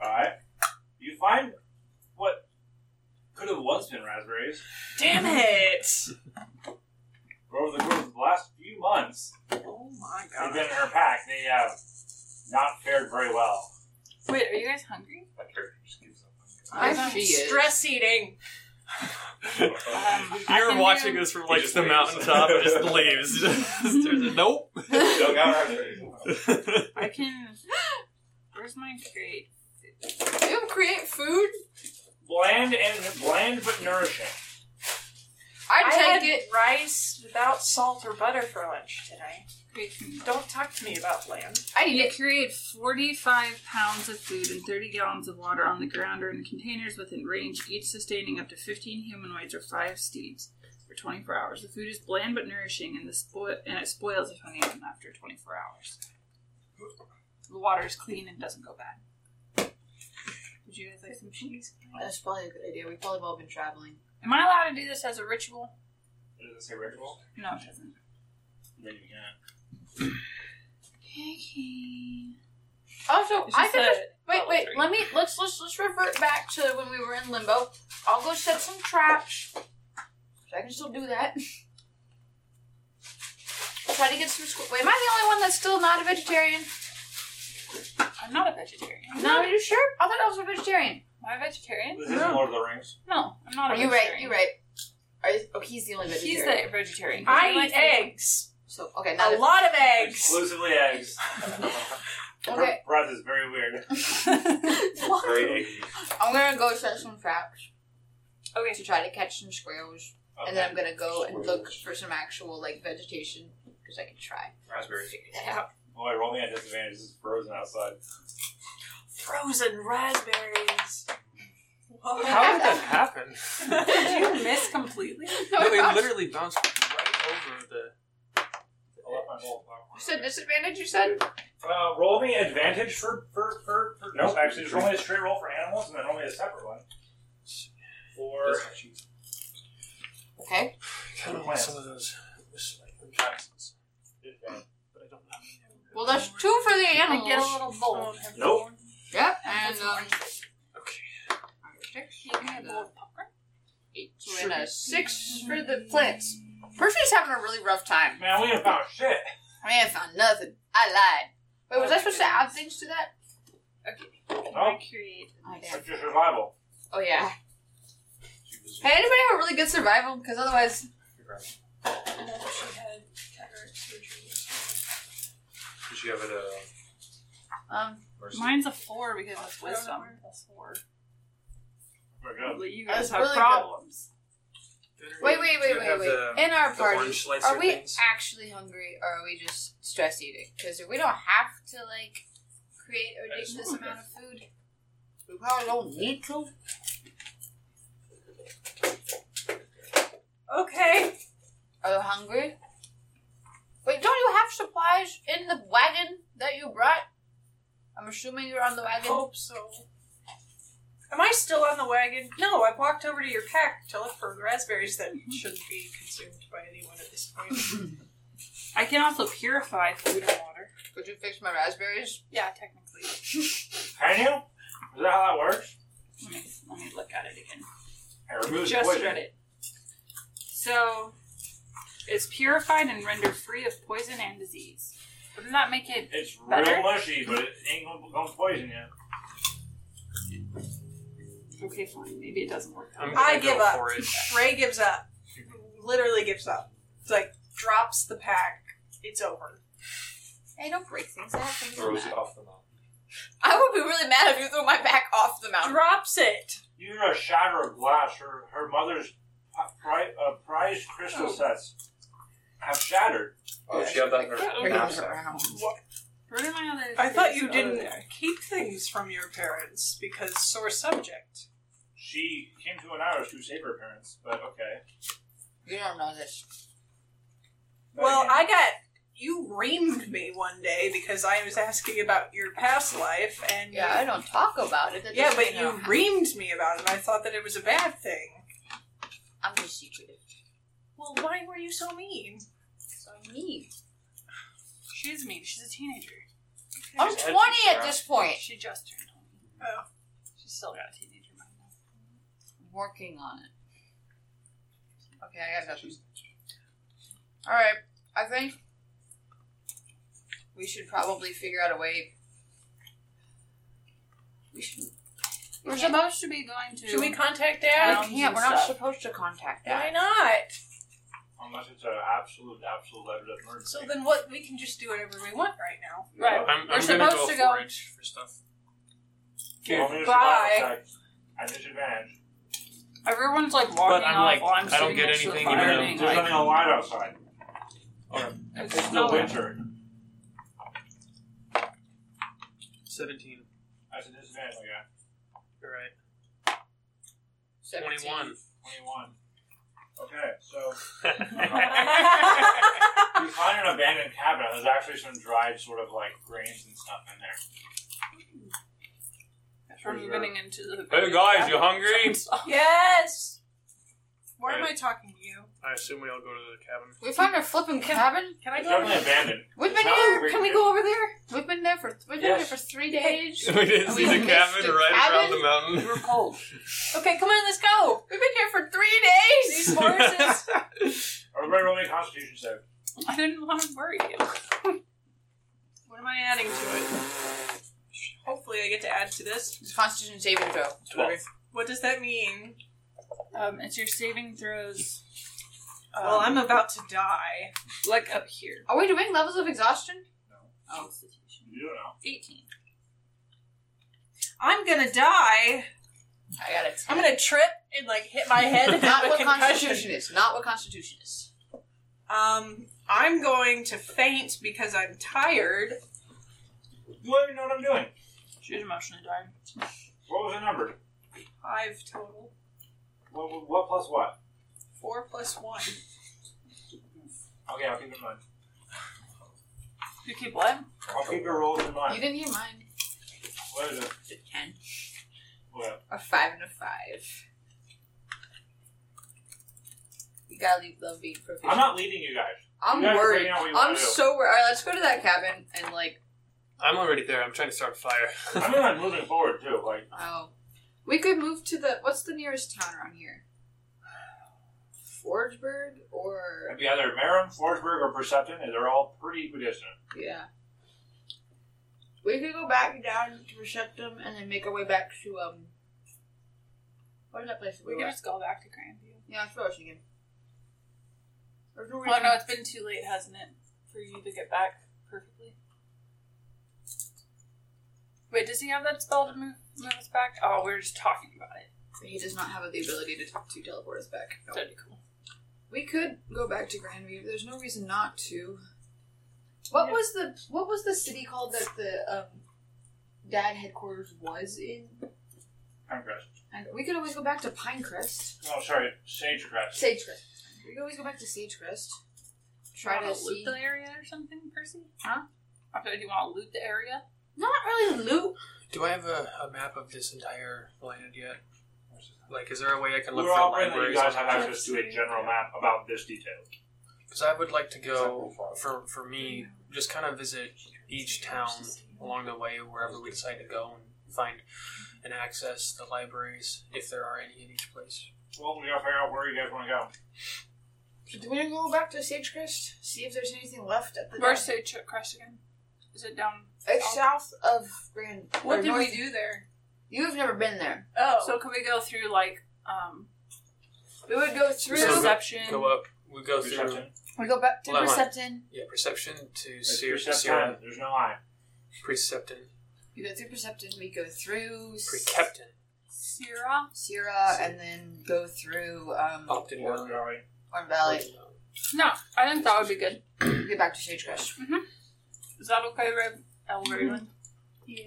S1: Alright. You find what could have once been raspberries.
S6: Damn it!
S1: But over the course of the last few months,
S6: Oh my
S1: they've been in her pack. They have not fared very well.
S5: Wait, are you guys
S3: (laughs)
S5: hungry?
S1: My character just gives up.
S3: I
S5: Um,
S3: she is.
S6: Stress eating.
S7: (laughs)
S5: Um, I
S4: You're
S5: can
S4: watching
S5: do-
S4: us from
S7: He
S4: like
S7: just
S4: the
S7: leaves.
S4: mountaintop and just
S7: (laughs)
S4: leaves. Just turns it- nope.
S7: Dug out raspberries.
S5: I can. (gasps) Where's my crate?
S3: You create food.
S1: Bland and bland but nourishing.
S3: I
S6: I
S3: take
S6: had
S3: it.
S6: rice without salt or butter for lunch today.
S5: Wait, can you-
S6: Don't talk to me about land.
S3: I need
S5: You
S3: it.
S5: create 45 pounds of food and 30 gallons of water on the ground or in containers within range, each sustaining up to 15 humanoids or 5 steeds for 24 hours. The food is bland but nourishing, and, the spo- and it spoils if uneaten after 24 hours. The water is clean and doesn't go bad. Would you guys like some cheese?
S3: That's probably a good idea. We've probably all been traveling.
S5: Am I allowed to do this as a ritual?
S1: What does it say, ritual?
S5: No, it doesn't.
S1: Maybe you can't.
S5: Okay.
S3: Also,
S5: It's
S3: I
S5: just
S3: could
S5: a-
S3: just wait.
S5: oh,
S3: Wait.
S5: sorry.
S3: Let me. Let's let's let's revert back to when we were in limbo. I'll go set some traps. So I can still do that. Try to get some. Squ- wait, am I the only one that's still not a vegetarian?
S5: Mm-hmm. I'm not a vegetarian.
S3: No, are you sure? I thought I was a vegetarian.
S5: Am I a vegetarian?
S1: This isn't Lord of the Rings.
S5: No, I'm not a
S3: You're
S5: vegetarian.
S3: right. You're right. Are you, oh, he's the only
S5: He's
S3: vegetarian.
S5: the vegetarian. He
S6: I eat
S5: likes the-
S6: eggs.
S3: So okay, not
S6: A lot of eggs.
S1: Exclusively eggs.
S3: Okay,
S1: Her breath is very weird.
S7: Very eggy.
S3: (laughs) I'm gonna go set some traps
S5: Okay,
S3: to try to catch some squirrels, and then I'm gonna go and look
S7: Squirrels.
S3: for some actual like vegetation because I can try.
S7: Raspberries.
S5: (laughs)
S1: Boy, roll me at disadvantage. This is frozen outside.
S6: Frozen raspberries. Whoa.
S4: How did
S6: (laughs)
S4: that happen?
S5: Did you miss completely?
S4: No,
S3: (laughs)
S4: it literally bounced right over the.
S1: I'll let my roll.
S3: You said disadvantage. You said
S1: Uh, roll me advantage for for for, for no. Actually, just roll me a straight roll for animals, and then roll me a separate one for
S3: okay.
S1: Kinda want some
S4: of those. But I don't
S3: Well, there's two for the
S5: I get a
S3: animals.
S5: little bowl.
S1: Nope.
S3: Yep, and
S5: That's
S3: um,
S5: fine.
S3: six
S5: You can have a bowl of popcorn.
S3: eight, so and a six for the plants. Percy's having a really rough time.
S1: Man, we ain't found shit.
S3: I ain't found nothing. I lied. Wait, was I supposed to add things to that?
S5: Can
S1: Oh.
S5: I create?
S3: I
S1: It's your survival.
S3: Oh yeah. Hey, anybody have a really good survival? Because otherwise,
S7: Did you have it? Uh,
S3: um,
S7: mercy?
S5: Mine's a four because it's
S6: I don't know
S5: wisdom.
S6: where-
S5: That's four.
S1: We're good.
S5: Probably you guys
S3: That's
S5: have
S3: really good.
S5: problems.
S3: wait, wait, wait, wait, wait. In our
S4: the
S3: party,
S4: orange slicer
S3: are we
S4: things?
S3: actually hungry or are we just stress eating? Because we don't have to like create a
S1: I just
S3: ridiculous
S1: wanted
S3: amount of food.
S8: We probably don't need to.
S6: Okay.
S3: Are you hungry? Wait, don't you have supplies in the wagon that you brought? I'm assuming you're on the
S6: I
S3: wagon.
S6: hope so. Am I still on the wagon? No, I walked over to your pack to look for raspberries that shouldn't be consumed by anyone at this point.
S5: I can also purify food and water.
S3: Could you fix my raspberries?
S5: Yeah, technically.
S1: Can you? Is that how that works?
S5: Let me, let me look at it again.
S1: I removed
S6: Just
S1: poison.
S6: read it.
S5: So, it's purified and rendered free of poison and disease. Wouldn't that make it?
S1: It's
S5: Better?
S1: real mushy, but it ain't gonna, gonna poison you.
S5: Okay, fine. Maybe it doesn't work.
S4: I'm
S6: I
S4: gonna
S6: give
S4: go
S6: up.
S4: for it.
S6: Ray gives up. Literally gives up. It's like drops the pack. It's over.
S3: Hey, don't break things. I have things in
S7: Throws
S3: that.
S7: it off the mountain.
S3: I would be really mad if you threw my back off the mountain.
S6: Drops it.
S1: You're a shatter of glass. Her, her mother's pri- uh, prized crystal
S6: Oh.
S1: sets have shattered.
S7: Oh, she had that in her
S5: Uh-oh.
S7: knapsack.
S5: Where did my other?
S6: I thought you
S5: Oh,
S6: didn't
S5: there.
S6: keep things from your parents because sore subject.
S1: She came to an hour to save her parents, but okay.
S8: You don't know this.
S1: But
S6: Well,
S1: again,
S6: I got you reamed me one day because I was asking about your past life and
S3: Yeah, I don't talk about it. That
S6: yeah,
S3: doesn't
S6: but
S3: mean
S6: you
S3: I don't-
S6: reamed me about it. and I thought that it was a bad thing.
S3: I'm just secretive.
S6: Well, why were you so mean?
S3: So mean.
S5: She's mean. She's a teenager.
S3: I'm
S7: Just had
S3: 20
S7: you,
S3: at
S7: Sarah.
S3: this point.
S5: She just turned twenty.
S6: Oh.
S5: She's still got a teenager mind.
S3: Working on it. Okay, I got nothing. All right, I think we should probably figure out a way. We should.
S5: We're supposed to be going to.
S6: Should we contact
S5: Yeah.
S6: Dad?
S3: we can't. We're not supposed to contact
S6: Why
S3: that.
S6: not?
S1: Unless it's an absolute, absolute letter of emergency.
S6: So then, what we can just do whatever we want right now.
S5: Right.
S4: I'm,
S5: We're
S4: I'm gonna go
S5: supposed to go-
S4: 4-H for stuff.
S1: Okay.
S6: Bye.
S1: At disadvantage.
S5: Everyone's like walking
S4: I'm
S5: off
S4: like,
S5: while I'm
S4: I don't
S5: sitting
S4: get
S5: next to the
S4: anything,
S5: fire
S4: even though-
S5: being
S1: There's
S4: Like-
S1: nothing on light outside.
S5: like,
S1: It's the
S5: snowing.
S1: winter.
S4: 17. (laughs)
S1: That's a disadvantage, my guy.
S4: You're right.
S3: 17.
S4: 21.
S1: 21. Okay, so
S6: I
S1: you find an abandoned cabin. There's actually some dried sort of like grains and stuff in there.
S5: From getting into the.
S4: Hey, guys, you hungry?
S6: (laughs) yes. Why am I talking to you?
S4: I assume we all go to the cabin.
S3: We found a flipping cabin.
S6: Can I
S1: It's
S6: go?
S1: definitely abandoned.
S3: We've
S1: It's
S3: been
S1: not
S3: here.
S1: weird.
S3: Can we go over there? We've been there for we've been
S1: Yes.
S3: there for three days.
S4: (laughs) we didn't see
S3: Oh, We
S4: the
S3: missed
S4: cabin
S3: the
S4: right around
S3: cabin.
S4: the mountain.
S3: (laughs)
S5: We're cold.
S6: Okay, come on, let's go.
S3: We've been here for three days.
S6: These horses.
S1: Everybody roll me a constitution save.
S5: (laughs) I didn't want to worry you. what am I adding to it?
S6: Hopefully, I get to add to this.
S3: It's Constitution saving throw.
S1: Twelve.
S6: What does that mean?
S5: Um, it's your saving throws. um,
S6: Well, I'm about to die.
S5: like uh, up here.
S3: Are we doing levels of exhaustion? Oh.
S1: You don't know.
S5: 18.
S6: I'm gonna die.
S3: I got it.
S6: I'm gonna trip and like hit my head and
S3: Not
S6: have
S3: what
S6: a concussion.
S3: Constitution is. Not what Constitution is.
S6: Um, I'm going to faint because I'm tired.
S1: You don't even know what I'm doing.
S5: She's emotionally dying.
S1: What was the number?
S6: Five total.
S1: What, what- what plus what?
S6: Four plus one.
S1: Okay, I'll keep it in mind.
S5: You keep what?
S1: I'll keep your rolls in
S3: You
S1: mind.
S3: didn't hear mine.
S1: What is it?
S3: It's a ten.
S1: What?
S3: A five and a five. You gotta leave love being proficient.
S1: I'm not leading you guys.
S3: I'm
S1: you guys are
S3: worried.
S1: figuring out what you
S3: I'm
S1: wanna do.
S3: so worried. All right, let's go to that cabin and like.
S4: (laughs) I'm already there. I'm trying to start a
S1: I
S4: fire.
S1: mean, like moving forward too. Like
S3: Oh, we could move to the. What's the nearest town around here? Forgeburg or
S1: it'd be either Merrim, Forsberg, or Percepton, and they're all pretty equidistant.
S3: yeah. We could go back down to Receptum and then make our way back to um. What is that place? that
S5: We
S3: We
S5: can
S3: were?
S5: just go back to Grandview.
S3: Yeah, it's Roche again. There's Oh, no
S5: Well,
S3: reason.
S5: no, it's been too late, hasn't it? For you to get back perfectly. Wait, does he have that spell to move, move us back? Oh, we were just talking about it.
S3: He does not have the ability to talk to teleport us back.
S5: That'd be cool.
S3: We could go back to Grandview. There's no reason not to. What was the what was the city called that the um dad headquarters was in.
S1: Pinecrest.
S3: And we could always go back to Pinecrest.
S1: Oh, sorry, Sagecrest.
S3: Sagecrest. We could always go back to Sagecrest. Try
S5: you
S3: to
S5: want to
S3: see.
S5: loot the area or something, Percy? Huh? I said, do you want to loot the area?
S3: Not really loot.
S4: Do I have a, a map of this entire land yet? Like, is there a way I can
S1: We
S4: look
S1: We're
S4: for
S1: offering that you
S4: libraries?
S1: guys have access to a general map about this detail.
S4: Because I would like to go for for me, just kind of visit each town along the way, wherever we decide to go, and find and access the libraries if there are any in each place.
S1: Well, we gotta figure out where you guys want to go.
S3: Do we go back to Sagecrest? See if there's anything left at the.
S5: Where's the ch- crest again? Is it down?
S3: It's south of Grand.
S5: What
S3: or
S5: did
S3: north-
S5: we do there?
S3: You've never been there.
S6: Oh,
S5: So can we go through like um
S3: We would go through.
S4: So-
S5: perception?
S4: Go up. We go through
S1: Perception.
S3: we go back to
S4: Well, I want-
S3: Percepton.
S4: yeah perception to
S1: It's
S4: seer
S1: Perception.
S4: seer
S1: There's no eye.
S4: preceptin
S3: We go through Percepton. We go through. S-
S4: precaptin
S5: Sierra?
S3: Sierra, and then go through um,
S4: opted
S1: Or
S4: down.
S1: Valley.
S3: Orm Valley.
S4: Opted down.
S5: No, I think that would be good.
S3: We Get back to Sagecrest.
S5: Is that okay, Rev? El Raven?
S6: Mm-hmm. yeah.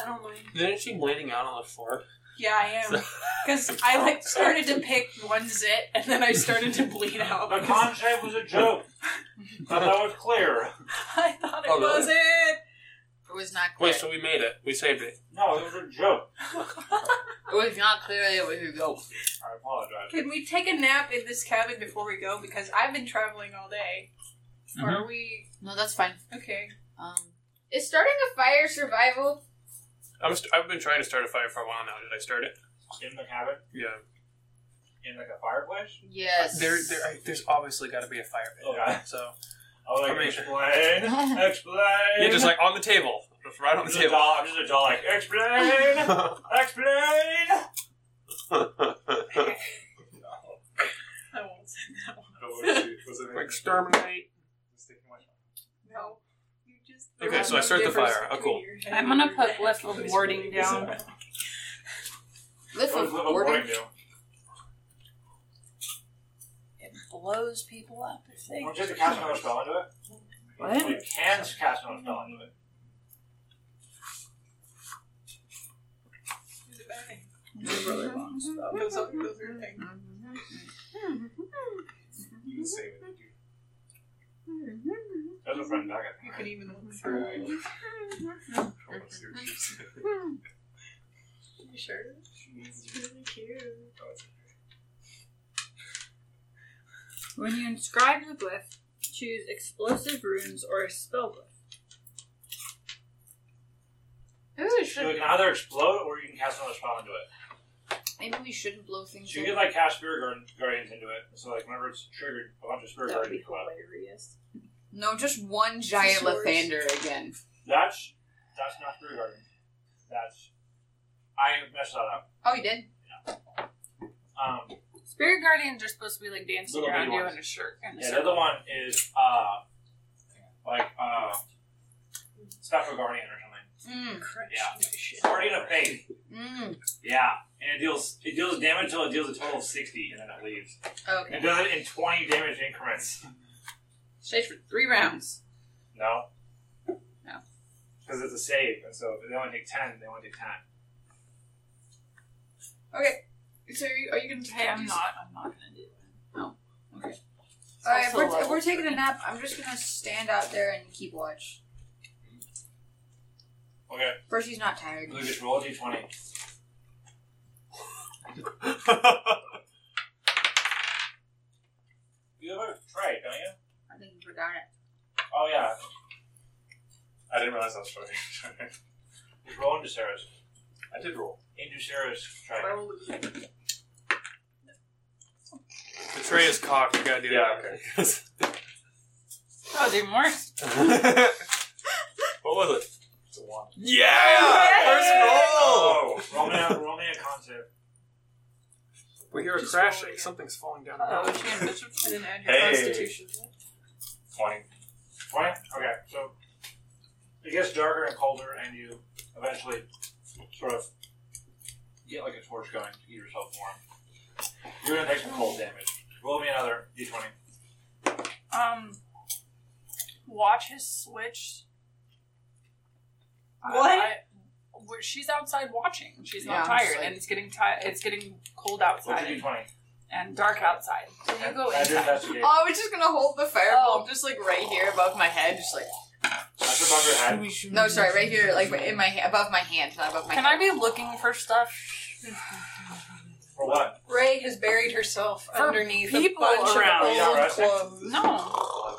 S6: I don't mind.
S4: Isn't she bleeding out on the floor?
S5: (laughs)
S6: Yeah, I am. Because I like started to pick (laughs) one zit and then I started to bleed out. (laughs)
S1: The con shave was a joke. Thought that was clear.
S6: I thought it
S4: Oh, really?
S6: was it. (laughs)
S3: It was not clear.
S4: Wait, so we made it. We saved it.
S1: No, it was a joke.
S3: it was not clear that we could go.
S1: I apologize.
S6: Can we take a nap in this cabin before we go? Because I've been traveling all day.
S4: Mm-hmm.
S6: Are we
S3: No, that's fine.
S6: okay?
S3: Um,
S8: Is starting a fire survival?
S4: I'm st- I've been trying to start a fire for a while now. Did I start it?
S1: In the cabin,
S4: Yeah.
S1: in like a fireplace.
S3: yes.
S4: There, there I, there's obviously got to be a fire
S7: Oh,
S4: pit.
S1: Okay.
S4: So
S1: I was
S4: I
S1: like,
S4: mean-
S1: explain, explain.
S4: (laughs) yeah, just like on the table, just right on
S1: I'm
S4: the
S1: just a
S4: table.
S1: doll. I'm just a doll. Like explain, explain.
S7: (laughs)
S6: I won't say that one.
S7: Was it
S4: like exterminate.
S6: No. You just
S4: Okay, so I start the fire. Oh, cool.
S5: I'm gonna put left of warding down.
S3: Lift
S4: Oh,
S1: What does
S3: of
S1: little boy
S3: order.
S1: do?
S5: It blows people up if they
S1: We're just to cast another spell into it.
S5: What?
S1: You can cast another spell into it.
S5: (laughs)
S6: Those are, those are things.
S7: You can save it.
S1: That's a friend back.
S6: You can even look through. (laughs) it. (laughs) You sure? It's
S1: Mm-hmm.
S6: really cute.
S1: Oh,
S5: When you inscribe the glyph, choose explosive runes or a spell glyph.
S3: Maybe we
S1: So it
S3: should.
S1: can either explode or you can cast another spell into it.
S4: oh.
S3: Maybe we shouldn't blow things
S1: So you
S3: up.
S1: can like cast spirit guard- guardians into it. So like whenever it's triggered, a bunch of spirit
S5: That would be
S1: guardians come out.
S5: hilarious.
S3: No, just one giant
S6: yours?
S3: Lathander again.
S1: That's that's not spirit guardian. That's I messed that up.
S3: Oh, you did.
S1: Um,
S5: Spirit guardians are supposed to be like dancing
S1: Little
S5: around
S1: bitty
S5: you
S1: ones.
S5: in a shirt. And a
S1: yeah, the
S5: circle.
S1: other one is uh like uh special guardian or something.
S3: Mm.
S1: Yeah, guardian of faith.
S3: Mm.
S1: Yeah, and it deals it deals damage until it deals a total of sixty, and then it leaves. It
S3: Okay.
S1: does it in twenty damage increments. (laughs)
S5: Stays for three rounds.
S1: No.
S5: No.
S1: Because it's a save, and so if they only take ten, they only take ten.
S3: So are you, are you gonna
S5: Okay,
S3: try?
S5: I'm not. I'm not gonna do it.
S3: All right, if
S5: Also
S3: we're, if
S5: level
S3: we're taking a nap. I'm just gonna stand out there and keep watch.
S1: Okay,
S3: Percy's not tired.
S1: Lucas, roll a d twenty. You have a trait, don't you?
S3: I think you forgot it.
S1: Oh yeah,
S7: I didn't realize I was trying.
S1: (laughs) just roll into Sarah's.
S7: I did roll.
S1: Into Sarah's trait.
S4: (laughs) The tray is cocked. You gotta do
S7: Yeah,
S4: that.
S5: Oh, even worse.
S7: (laughs)
S4: Okay. (laughs) what was it?
S7: It's a one.
S4: Yeah,
S5: Yay!
S4: first roll.
S7: Oh!
S1: Roll me a roll me a concept.
S4: We hear a
S6: Just
S4: crashing.
S6: roll again.
S4: Something's falling down.
S5: Uh-oh,
S4: the
S5: is she
S4: mountain.
S5: invincible?
S6: And then add your
S7: Hey.
S6: constitution.
S7: 20.
S1: Twenty. Okay, so it gets darker and colder, and you eventually sort of get like a torch going to keep yourself warm. You're gonna take some cold damage. Roll me another d twenty.
S5: Um, watch his switch. I-
S6: What?
S5: I- where she's outside watching. She's not
S3: Yeah, I'm just
S5: tired, and
S3: like-
S5: it's getting ti It's getting cold
S1: What's the
S5: outside
S1: d20?
S5: and dark outside.
S3: So you go
S1: I did
S3: inside.
S1: investigate.
S3: Oh, I was just gonna hold the
S5: Oh.
S3: fireball just like right here above my head, just like
S1: That's above your head.
S3: no, sorry, right here, like in my above my hand, not above my.
S5: Can I
S3: head.
S5: be looking for stuff
S1: For what?
S6: Ray has buried herself
S5: For
S6: underneath
S5: people
S6: a bunch
S5: around.
S1: Yeah,
S6: of old
S1: right.
S6: clothes.
S5: No.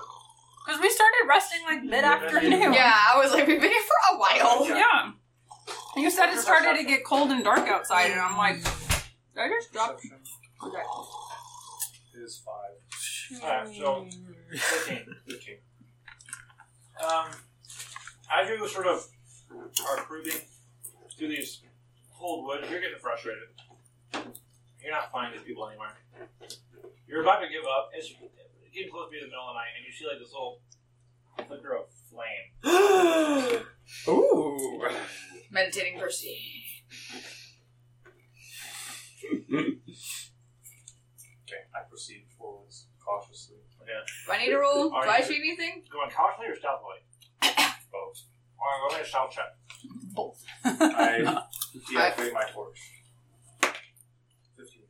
S5: Because we started resting like mid afternoon.
S3: Yeah, I was like, we've been here for a while.
S5: Yeah. You said it started to get cold and dark outside, and I'm like, did I just drop?
S7: Perception
S5: Okay.
S7: is
S4: (gasps)
S7: five.
S1: Alright, so 14.
S7: Fifteen.
S1: Um, as you sort of are cruising through these cold woods, you're getting frustrated. You're not finding these people anywhere. You're about to give up. It's getting close to the middle of the night, and you see like this little flicker of flame.
S7: Ooh.
S3: Meditating person.
S7: Okay, I proceed forwards cautiously.
S3: Do I need to roll? Do
S1: Are
S3: I
S1: you-
S3: shoot anything?
S1: Going cautiously or
S3: (coughs)
S1: stealthily?
S7: Both.
S1: Or I'm going to stealth check.
S7: (laughs) I deactivate my torch. Fifteen.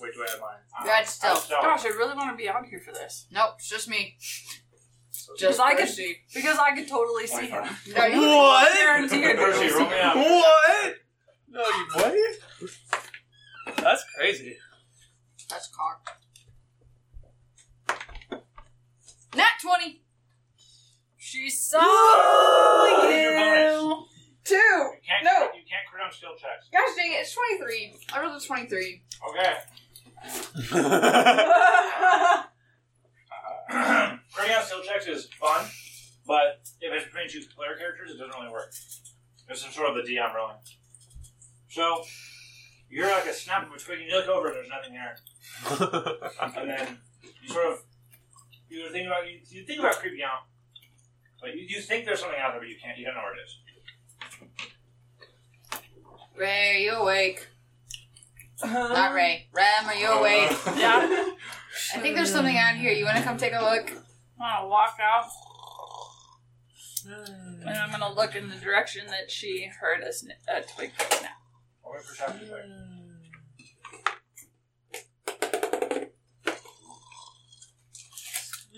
S7: Wait, do I have mine?
S1: Um,
S3: Yeah, it's stealth.
S1: I'm stealth.
S5: Gosh, I really want to be out here for this.
S3: Nope, it's just me.
S7: So
S3: Just
S5: I could-
S3: Percy.
S5: Because I could totally see him.
S7: Twenty-five.
S3: No, you-
S5: Guarantee it.
S1: Percy, roll me out.
S4: What? No, you what? That's (laughs) crazy.
S3: That's cocked. Nat 20!
S6: She
S1: What
S5: (laughs)
S6: saw
S1: is your bonus?
S3: Two!
S1: You can't,
S3: No.
S1: you can't crit on stealth checks.
S3: Gosh dang it, it's 23. I rolled a 23.
S1: Okay. (clears throat) Critting on skill checks is fun, but if it's between two player characters, it doesn't really work. It's some sort of the DM rolling. So, you're like a snap of a twig, and you look over, and there's nothing there. And then you sort of you were thinking about you, you think about creeping out, but you, you think there's something out there, but you can't. You don't know where it is.
S3: Ray, are you awake? Not Ray. Rem, are you awake?
S6: (laughs)
S5: Yeah.
S3: I think there's something out here. You want to come take a look?
S5: I'm gonna walk out. And I'm gonna look in the direction that she heard us sn- a twig snap.
S1: Or a perception check.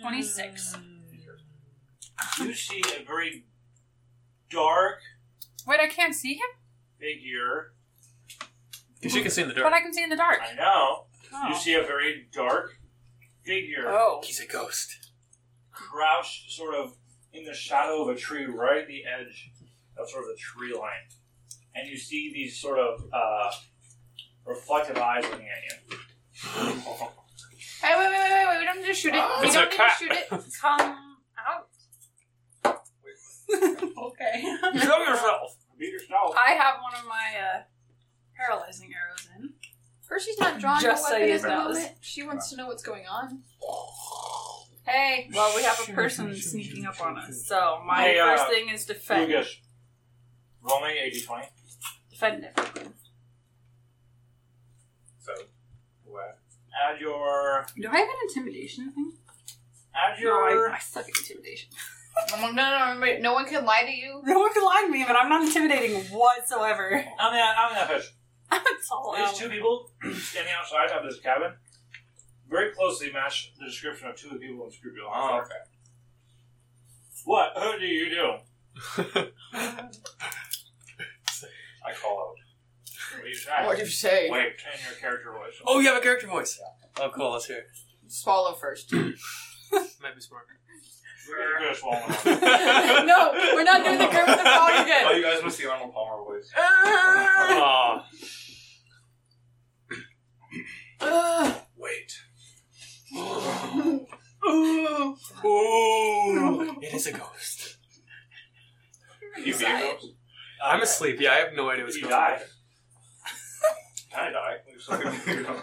S5: Twenty six.
S1: You see a very dark
S5: Wait, I can't see him,
S1: figure.
S4: she can see in the
S5: but
S4: dark.
S5: I can see in the dark.
S1: I know. You
S5: Oh.
S1: see a very dark figure.
S5: Oh.
S4: He's a ghost.
S1: crouched sort of in the shadow of a tree right at the edge of sort of the tree line. And you see these sort of uh, reflective eyes looking at you.
S3: Hey, wait, wait, wait, wait, wait. We don't need to shoot it. we
S4: It's a
S3: don't need
S4: cat.
S3: to shoot
S4: (laughs)
S3: it.
S5: Come (laughs) out. okay.
S4: Show yourself.
S1: Beat yourself.
S5: I have one of my uh, paralyzing arrows in.
S3: Percy's not drawing
S5: Just
S3: a
S5: so
S3: weapon
S5: you
S3: at the
S5: know.
S3: moment. She wants to know what's going on.
S5: Hey, well, we have a person sneaking up on us, so my
S1: Hey, uh,
S5: first thing is defend.
S1: Lucas, roll me 80 20.
S5: Defend it.
S7: So, what?
S1: Add your.
S5: Do I have an intimidation thing?
S1: Add
S5: No, I,
S1: your.
S5: I suck at intimidation.
S3: I'm like, no, no, no, wait, no one can lie to you.
S5: No one can lie to me, but I'm not intimidating whatsoever. (laughs)
S1: I'm in that, I'm in that fish.
S5: That's all
S1: These two people standing outside of this cabin very closely match the description of two of the people in Screwball.
S7: Oh, okay.
S1: What? Who do you do?
S7: I call
S1: What do you
S5: Oh,
S1: say?
S3: you say?
S1: Wait, in your character voice.
S4: (laughs) oh, you have a character voice. Oh, cool. Let's hear. it.
S3: Swallow first.
S4: Might be smart.
S1: You're gonna swallow it.
S3: (laughs) no, we're not doing the Kermit the Frog
S7: out. Oh,
S3: again.
S7: you guys must see Arnold Palmer voice.
S4: Aw.
S7: Wait.
S4: Ooh. It is a ghost.
S7: You be a ghost.
S4: I'm
S7: (laughs)
S4: asleep. Yeah, I have no idea what's
S1: You
S4: going
S1: die.
S4: (laughs) on.
S7: Can I die? Like, so- (laughs) you know.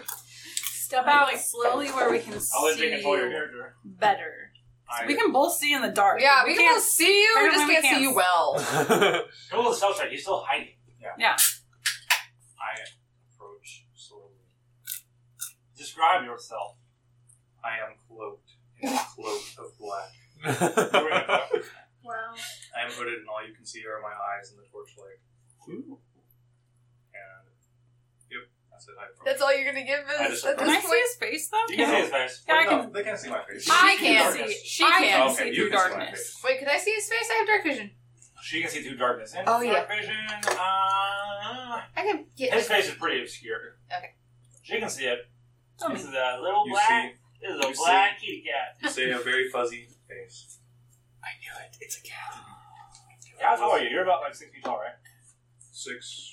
S5: Step out slowly where we can
S1: I'll let you
S5: see
S1: control your character.
S5: better.
S1: I,
S5: We can both see in the dark.
S3: Yeah, we can
S5: can't
S3: both see you, we
S5: Apparently
S3: just
S5: we
S3: can't
S5: can't.
S3: see you well.
S1: Roll the stealth check. He's still hiding.
S7: I approach slowly.
S1: Describe yourself.
S7: I am cloaked in a cloak of black.
S1: You're in a-
S7: I am hooded, and all you can see are my eyes and the torchlight.
S1: Ooh.
S3: gonna give
S1: I
S3: us
S1: just-
S3: at
S5: Can I
S3: this
S5: see
S3: point?
S5: his face though?
S1: You can see his face.
S5: Yeah, I
S7: no,
S5: can.
S7: They can't see my face.
S3: I
S5: she
S3: can
S5: see.
S3: see.
S5: She
S3: I
S5: can
S1: Okay,
S5: see
S7: you
S5: through
S7: can see my
S5: darkness.
S3: Wait, could I see his face? I have dark vision.
S1: She can see through darkness. And
S3: Oh,
S1: dark vision. Uh,
S3: I can get.
S1: his face is pretty obscure.
S3: Okay.
S1: She can see it.
S5: Tell me.
S1: This is a little
S7: You
S1: black. This is a
S7: you see-
S1: black kitty cat.
S7: You see a very fuzzy face.
S1: I knew it. It's a cat. How tall are you? You're about like six feet tall, right?
S7: Six.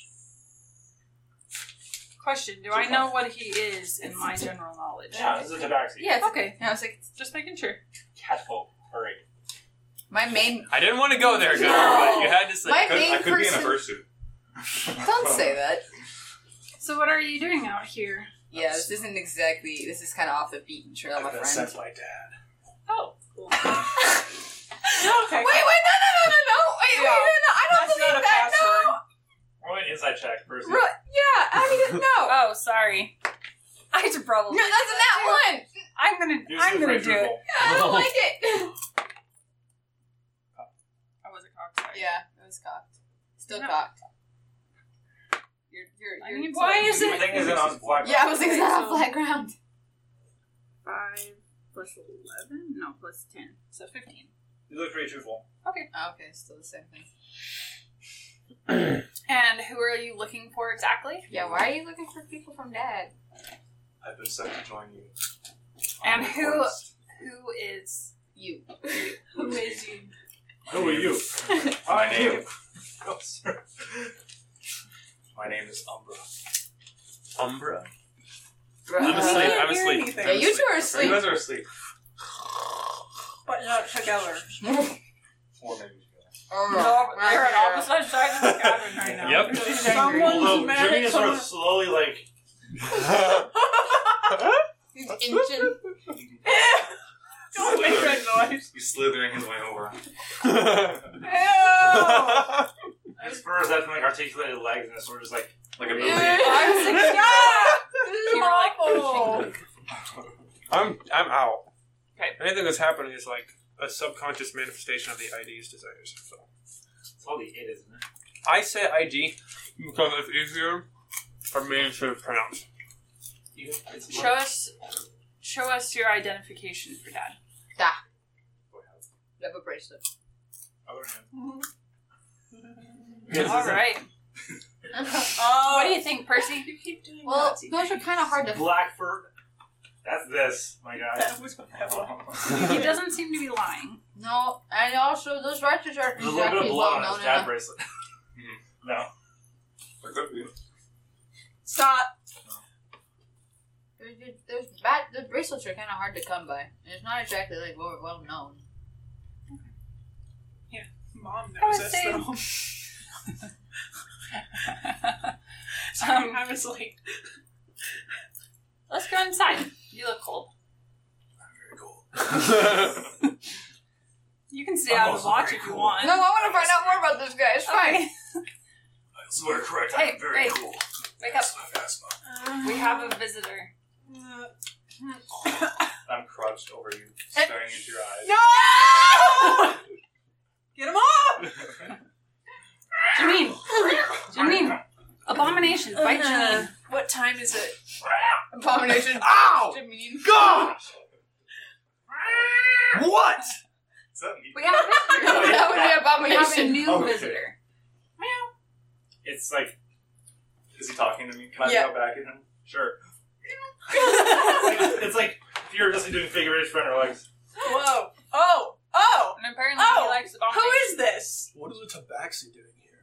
S5: Question: Do I know what he is in my general knowledge?
S1: Yeah, this is a tabaxi.
S3: Yeah. It's
S5: Okay.
S3: I was like,
S5: Just making sure.
S1: Catfolk. Hurry.
S3: my main.
S4: I didn't want to go there, Gunnar, but you had to say.
S3: My
S7: I could,
S3: main
S7: I could
S3: person.
S7: be in a fursuit.
S3: Don't say that.
S5: So, what are you doing out here?
S3: Yeah, this isn't exactly. This is kind of off the beaten trail, my friend. (laughs)
S7: my dad.
S5: Oh, cool.
S3: Wait, wait, no, no, no, no, no! Wait, wait,
S5: Yeah.
S3: no, no! I don't
S5: That's
S3: believe
S5: not a
S3: that.
S5: password.
S1: Roll an inside check first.
S3: No. Ru- yeah, I mean, (laughs) no,
S5: Oh, sorry. I should probably.
S3: no, Oh, that's not that one.
S5: I'm gonna.
S1: Do
S5: I'm
S1: some
S5: gonna
S1: raise
S5: do
S1: your
S5: it.
S1: roll.
S3: I
S7: Oh.
S3: don't like it.
S5: I was a cockside.
S3: Yeah, it was cocked. Still
S5: No.
S3: cocked. You're, you're,
S5: I
S3: you're
S5: mean,
S6: why
S3: sorry.
S6: is
S1: The thing is it on flat
S3: Yeah, I was like, it's not on
S5: So-
S3: flat (laughs) ground.
S5: Five plus eleven? No, plus ten. So fifteen.
S1: You look pretty truthful.
S3: Oh, okay, still the same thing.
S5: And who are you looking for exactly?
S3: Yeah, why are you looking for people from Dad?
S7: I've been sent to join you.
S5: And
S7: I'm
S5: who-
S7: forced.
S5: Who is?
S3: You.
S5: Who is (laughs) you?
S1: Who are
S7: (laughs)
S1: you?
S7: My name. (laughs)
S1: you.
S7: My name is Umbra.
S4: Umbra.
S3: Bruh.
S4: I'm asleep.
S6: can't
S4: I'm
S6: hear
S4: asleep.
S6: anything.
S4: I'm
S3: Yeah, you two
S4: asleep.
S3: are asleep.
S7: You guys
S4: (laughs)
S1: (laughs)
S7: are asleep.
S6: But not together.
S7: Or maybe you guys.
S3: Oh, right
S6: You're an
S3: here.
S6: opposite sides of the cabin right now.
S4: Yep.
S5: (laughs)
S6: She's angry.
S5: Someone-
S1: Although
S5: mad
S1: Jimmy
S5: at
S1: is sort of
S5: someone-
S1: slowly like
S3: He's inching.
S6: (laughs) Don't make that noise.
S7: He's slithering his way over.
S6: Ew.
S1: his furs have like articulated legs and it's sort of just like
S7: Like a movie.
S6: (laughs) I
S5: (laughs)
S6: was like,
S5: You were like,
S6: awful.
S4: I'm I'm out.
S5: Okay.
S4: Anything that's happening is like a subconscious manifestation of the ID's desires. So
S1: it's all the it, isn't it?
S4: I say ID because it's easier for me to pronounce.
S1: You, it's
S5: Show us. Show us your identification for dad.
S3: Love a bracelet.
S1: other hand.
S4: (laughs)
S5: All right.
S6: Oh,
S5: What do you think, Percy? You keep doing
S3: (laughs) Well, those are kind of hard to.
S1: Black fur. That's this, my guy.
S6: (laughs) that was what that was.
S5: He doesn't seem to be lying.
S3: No, and also those writers are
S1: There's a little bit of
S3: exactly
S1: blood
S3: well
S1: on
S3: known
S1: his dad
S3: enough.
S1: bracelet. (laughs) Hmm. no.
S7: There could be.
S6: Stop.
S3: There's, there's bad. The bracelets are kind of hard to come by. And it's not exactly like well, well known.
S6: Mom
S5: I was
S6: knows us
S5: saying-
S6: though. (laughs)
S5: Um,
S6: I was like,
S5: let's go inside. You look cold. You can stay
S1: I'm
S5: out of the
S1: also
S5: watch
S1: very
S5: if you
S1: cold.
S5: want.
S3: No, I want to find out more about this guy. It's fine.
S5: Okay.
S1: I swear correct,
S5: Hey, hey.
S1: cool.
S5: Wake up.
S1: I have asthma.
S5: We have a visitor.
S7: I'm crouched over you, staring into your
S6: no!
S7: eyes.
S6: Get him off!
S5: Jameen. Jameen. Abominations. Bite
S3: Oh,
S6: Uh,
S5: Jameen.
S6: What time is
S7: (laughs)
S6: it?
S3: Abomination.
S4: (laughs)
S7: Ow!
S3: (laughs) Jameen.
S7: Gosh! what? Is that me?
S5: (laughs) We have a visitor.
S3: that would
S5: we
S3: be
S5: have a
S3: abomination.
S5: new
S7: Okay.
S5: visitor.
S1: It's like
S7: Is he talking to me? Can I
S3: Yeah.
S7: go back at him?
S1: sure. It's like, it's like if you're just doing figure eights front or legs.
S6: Whoa. Oh. Oh.
S5: And apparently
S6: Oh,
S5: he likes
S6: Who
S5: abominations.
S6: is this?
S4: What is a tabaxi doing here?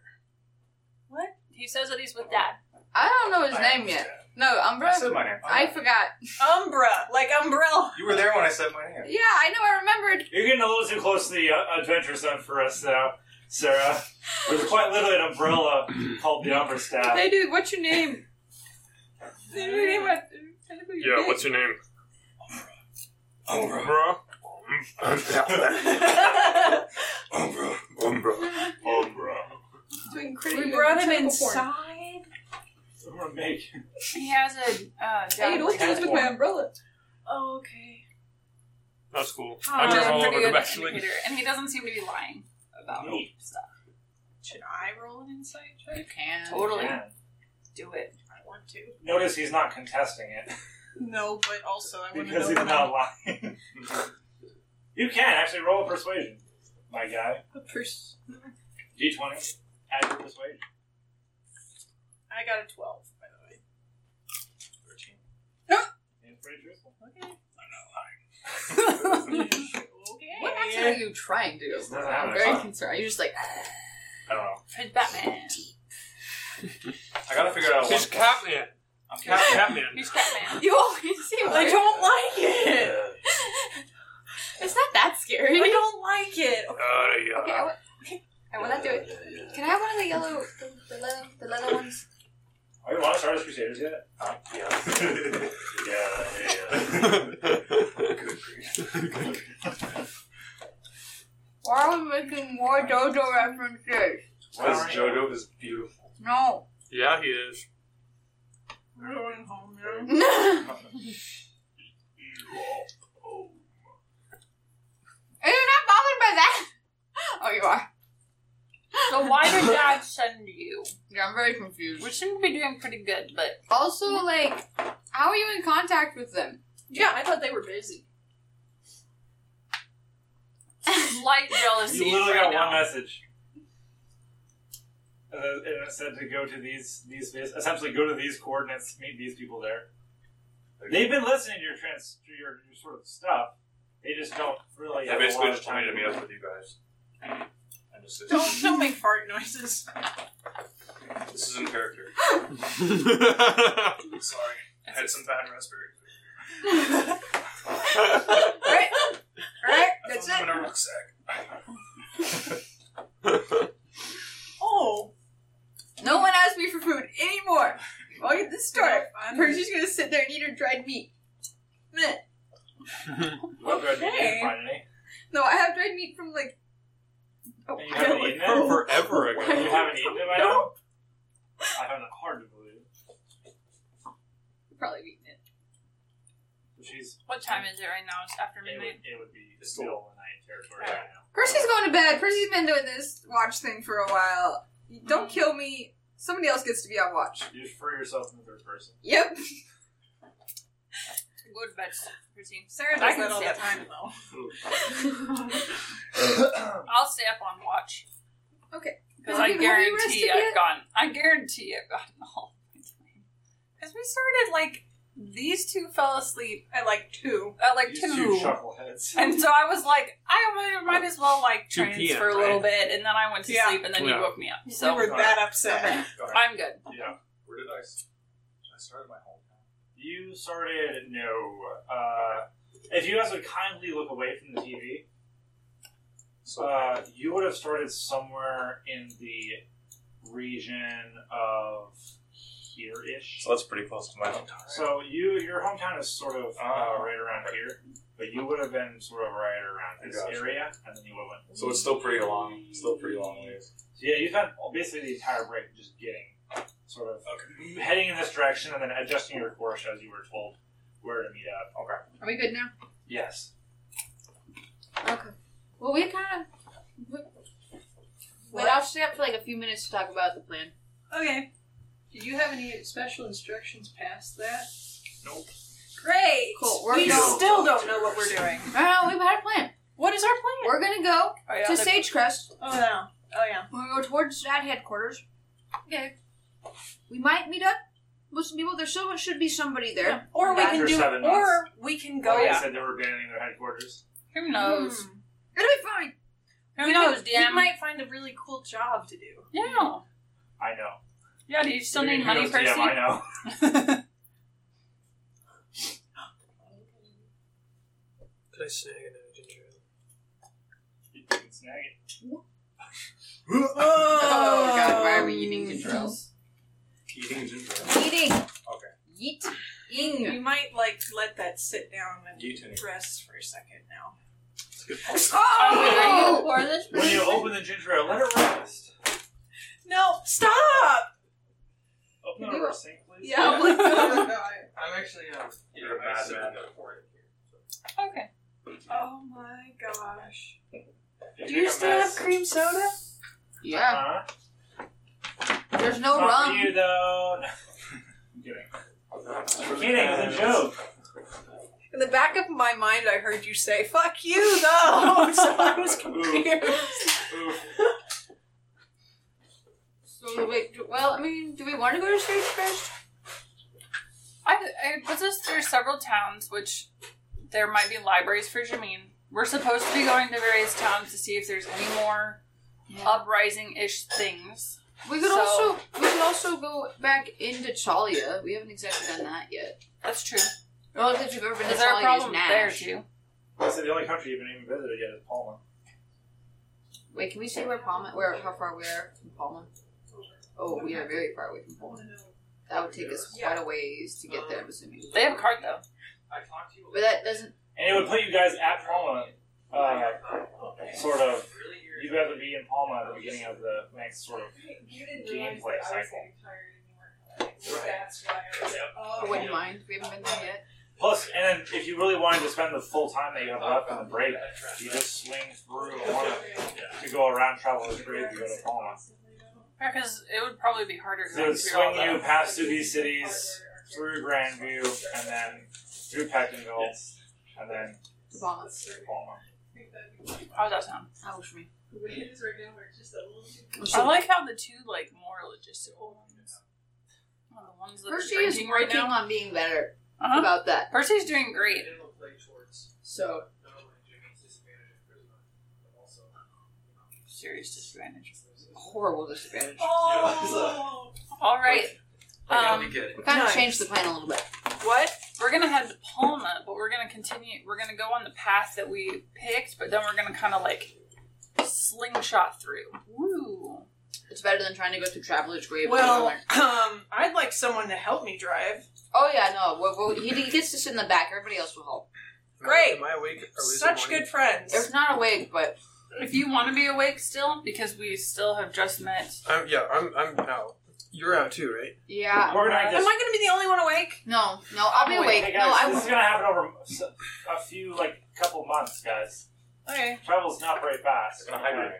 S5: What? He says that he's with dad.
S3: I don't know his
S7: I
S3: name yet. No, Umbra.
S7: I said my name. Oh.
S3: I forgot.
S6: Umbra. Like
S3: (laughs)
S6: umbrella.
S7: You were there when I said my name.
S3: Yeah, I know. I remembered.
S1: You're getting a little too close to the uh, Adventure Zone for us now, Sarah. There's quite literally an umbrella called the Umber Staff.
S3: Hey, dude, what's your name?
S4: Yeah, what's your name?
S7: Umbra.
S4: Bro?
S7: Umbra. Umbra. Umbra.
S3: Doing
S6: we brought him
S3: inside.
S6: inside.
S1: So we're making.
S5: He has a uh,
S3: Hey,
S5: dad.
S3: don't do this with my umbrella.
S6: Oh, okay.
S4: That's cool.
S6: Oh,
S4: I
S5: Which is
S4: drove
S5: a
S4: all
S5: pretty
S4: over the
S5: good
S4: back
S5: indicator. And he doesn't seem to be lying about
S1: Nope.
S5: stuff.
S6: Should I roll an insight check?
S3: can.
S5: Totally.
S1: Yeah.
S5: Do it.
S6: I want want to.
S1: Notice he's not contesting it
S6: No, but also I want to
S1: because
S6: know
S1: he's
S6: that I'm
S1: not lying. (laughs) you can actually roll a persuasion, my guy.
S6: a pers-
S1: D twenty. Add your persuasion.
S6: I got a twelve, by the way.
S3: (gasps)
S1: It's pretty truthful.
S6: Okay.
S3: What accent are you trying to do?
S1: Doesn't have an
S3: I'm very
S1: accent.
S3: concerned. You're just like, (laughs)
S1: I don't know.
S5: It's Batman.
S7: I gotta figure out
S4: He's
S7: what.
S4: Catman.
S7: I'm
S4: Cat,
S7: counting.
S4: Catman.
S5: He's Batman.
S3: you always seem
S9: I
S3: like
S9: don't like it.
S3: (laughs)
S6: (laughs)
S3: it's not that scary.
S9: I don't like it.
S3: Okay, I, wa- I will not do it. Can I have one of the yellow, the, the, leather, the leather ones?
S1: Are you on Stardust Crusaders yet?
S7: Yeah.
S1: Yeah,
S4: (laughs)
S1: yeah.
S10: Why are we making more JoJo references?
S7: Because Jodo is beautiful.
S10: No.
S3: (laughs)
S4: yeah, he is. (laughs)
S6: We're going home now.
S10: Isn't
S3: Are you not bothered by that? (laughs) Oh, you are.
S5: (laughs) So why did God send you?
S3: Yeah, I'm very confused.
S5: We seem to be doing pretty good, but
S3: Also, like, how are you in contact with them?
S6: Yeah, I thought they were busy.
S5: (laughs) slight jealousy
S1: You literally
S5: right
S1: got
S5: now.
S1: one message. And it and it said to go to these these essentially go to these coordinates, meet these people there. They've been listening to your trans to your, your sort of stuff. They just don't really.
S7: Yeah,
S1: have a
S7: basically
S1: lot
S7: just
S1: of
S7: told me
S1: time
S7: to meet up with you guys. And just
S6: Don't don't make fart noises.
S7: this is in character. Sorry, I had some bad raspberry.
S1: (laughs)
S3: Right? Right?
S7: I
S3: That's
S7: found
S3: it?
S7: them in a rucksack.
S6: (laughs) Oh,
S3: No one asks me for food anymore. I'll get this story.
S6: I'm
S3: Percy's gonna sit there and eat her dried meat. Meh.
S1: Well, good. You
S6: Okay.
S1: didn't find any.
S3: No, I have dried meat from, like. (laughs) Oh,
S1: And you
S3: I don't
S1: haven't
S3: like.
S1: eaten them.
S4: Forever
S1: And You haven't eaten them. I know. I found it hard to believe.
S3: Probably eaten it.
S1: But she's
S5: What time is it right now? It's after
S1: it
S5: midnight.
S1: would, it would be middle of the night territory right now.
S3: Percy's going to bed. Percy's been doing this watch thing for a while. Don't kill me. Somebody else gets to be on watch.
S1: You just throw yourself in the third person.
S3: Yep.
S5: Go to bed, Christine.
S6: Sarah
S5: I
S6: does
S5: can
S6: that all the
S5: sip.
S6: time though.
S5: I'll stay up on watch
S3: Okay.
S5: because
S3: Okay,
S5: I
S3: have you
S5: guarantee
S3: rested
S5: I've
S3: yet?
S5: gone. I guarantee I've gotten all. Because we started like these two fell asleep
S6: At like two.
S5: at like
S1: These
S5: two.
S1: two
S5: (laughs)
S1: chuckleheads.
S5: And so I was like, I might- might as well like
S4: 2
S5: trance
S4: p.m.,
S5: for a little
S4: right?
S5: bit, and then I went to
S6: Yeah.
S5: sleep, and then
S4: Yeah.
S5: you woke me up.
S6: So
S5: So
S6: we were that upset.
S5: I'm good.
S1: Yeah.
S7: Where did I? s- I started my home.
S1: You started no. Uh, if you guys would kindly look away from the TV,
S7: So
S1: uh, you would have started somewhere in the region of here-ish.
S7: So that's pretty close to my hometown.
S1: So you, your hometown is sort of uh,
S7: Oh.
S1: right around here, but you would have been sort of right around this
S7: Gotcha.
S1: area, and then you would have went.
S7: So it's still pretty long. Still pretty long ways.
S1: So yeah, you spent basically the entire break just getting sort of heading in this direction, and then adjusting your course as you were told where to meet up. Okay.
S3: Are we good now?
S1: Yes.
S3: Okay. Well, we kind of.
S10: Wait, I'll stay up for like a few minutes to talk about the plan.
S6: Okay. Did you have any special instructions past that?
S1: Nope.
S6: Great.
S10: Cool, we're
S6: we
S10: going-
S6: still don't know what we're doing.
S10: No, no, we've had a plan.
S6: What is our plan?
S10: We're gonna go
S6: Oh yeah.
S10: to
S6: they-
S10: Sage Crest.
S6: oh no. Oh yeah.
S10: We're gonna go towards that headquarters.
S3: Okay.
S10: We might meet up with some people. There still should be somebody there.
S6: Or we
S1: After
S6: can do.
S1: seven
S6: Or
S1: months.
S6: we can
S1: Like
S3: Oh,
S6: go.
S1: I said, they were abandoning their headquarters.
S5: Who
S3: Hmm.
S5: knows?
S3: It'll be fine.
S6: Hmm.
S5: Who knows,
S6: We, we
S5: DM?
S6: might find a really cool job to do.
S5: Yeah.
S1: I know.
S5: Yeah, do you still
S1: Who
S5: need money,
S1: knows, DM, I
S5: Percy?
S1: know.
S4: Could I snag an ginger ale?
S1: (laughs) You can snag it.
S3: Oh, God, why are we
S6: (laughs)
S3: eating
S10: Um,
S3: ginger ales?
S7: Eating ginger.
S3: Eating.
S7: Okay.
S3: Yeet.
S6: We
S3: Ing.
S6: might like let that sit down and
S7: You too.
S6: rest for a second now.
S5: Are you
S3: Oh!
S5: for this?
S1: When you open the ginger ale, let it rest.
S6: No, stop.
S1: Open the reverse sink, please.
S6: Yeah.
S7: I'm actually. Um, You're a
S4: I
S7: bad
S4: said
S5: (laughs)
S7: man.
S5: Okay.
S6: oh my gosh.
S1: If
S6: Do
S1: you're
S6: you
S1: a Uh-huh.
S6: still have
S1: mess-
S6: cream soda?
S10: (laughs) Yeah.
S1: Huh?
S10: There's no
S1: Not for
S10: rum.
S1: you though. (laughs) I'm kidding. I'm kidding. It's a joke.
S6: (laughs) In the back of my mind, I heard you say "fuck you" (laughs) though, Oh, so I (laughs) was confused.
S3: So wait, do- well, I mean, do we want to go to Straits first?
S5: I, I put us through several towns, which there might be libraries for Jameen. We're supposed to be going to various towns to see if there's any more uprising ish things.
S3: We could
S5: So-
S3: also we could also go back into Chalia. We haven't exactly done that yet.
S5: That's true.
S3: The only place we've ever been to
S5: Is there a
S3: Chalia is
S5: problem there
S3: Nash.
S5: too?
S7: I said the only country you haven't even visited yet is Palma.
S3: Wait, can we see where Palma? Where how far we are from Palma? Oh, we are very far away from Palma. That would take us quite a ways to get there. I'm assuming.
S5: They have a card though.
S1: I talked to you.
S3: But that doesn't.
S1: And it would put you guys at Palma. Uh, sort of. You guys would be in Palma at the beginning of the next sort of. Gameplay cycle.
S6: "Oh,
S3: I wouldn't mind. We haven't been there yet.
S1: Plus, and then if you really wanted to spend the full time that you have left on the break, you just swing through one to go around Traveler's Bridge and go to Palma.
S5: Because it would probably be harder to
S1: So it would
S5: figure all
S1: swing you
S5: that.
S1: past through these cities, through Grandview, and then through Peckinville, and then
S3: To Palma.
S1: to Palma.
S5: How does that sound?
S3: That works for me.
S5: I like how the two like more logistical ones. Well, the ones that
S3: Hershey
S5: are
S3: is
S5: drinking right
S3: working
S5: now.
S3: on being better
S5: Uh-huh.
S3: about that.
S5: Percy's doing great.
S3: So
S5: Serious disadvantage.
S3: horrible disadvantage.
S11: Oh!
S5: All right. Um,
S3: We kind of
S6: Nice.
S3: changed the plan a little bit.
S5: what? We're gonna head to Palma, but we're gonna continue. We're gonna go on the path that we picked, but then we're gonna kind of like slingshot through. Woo!
S3: It's better than trying to go through Traveler's
S5: (laughs)
S3: Grave.
S6: Well, um, I'd like someone to help me drive.
S3: oh yeah, no. Well, well, he, he gets to sit in the back. Everybody else will help.
S6: Great.
S4: Am I awake? Or is it
S6: Such
S4: morning?
S6: good friends.
S3: It's not awake, but
S5: If you want to be awake still, because we still have just met.
S4: I'm, yeah, I'm, I'm out. You're out too, right?
S3: yeah.
S1: Organize
S6: Am
S1: this.
S6: I going to be the only one awake?
S3: No, no. I'll be awake.
S1: Hey
S3: no,
S1: guys,
S3: I
S1: this is
S3: will.
S1: gonna happen over s- a few, like, couple months, guys.
S6: Okay.
S1: Travel's not very fast.
S7: It's gonna hibernate.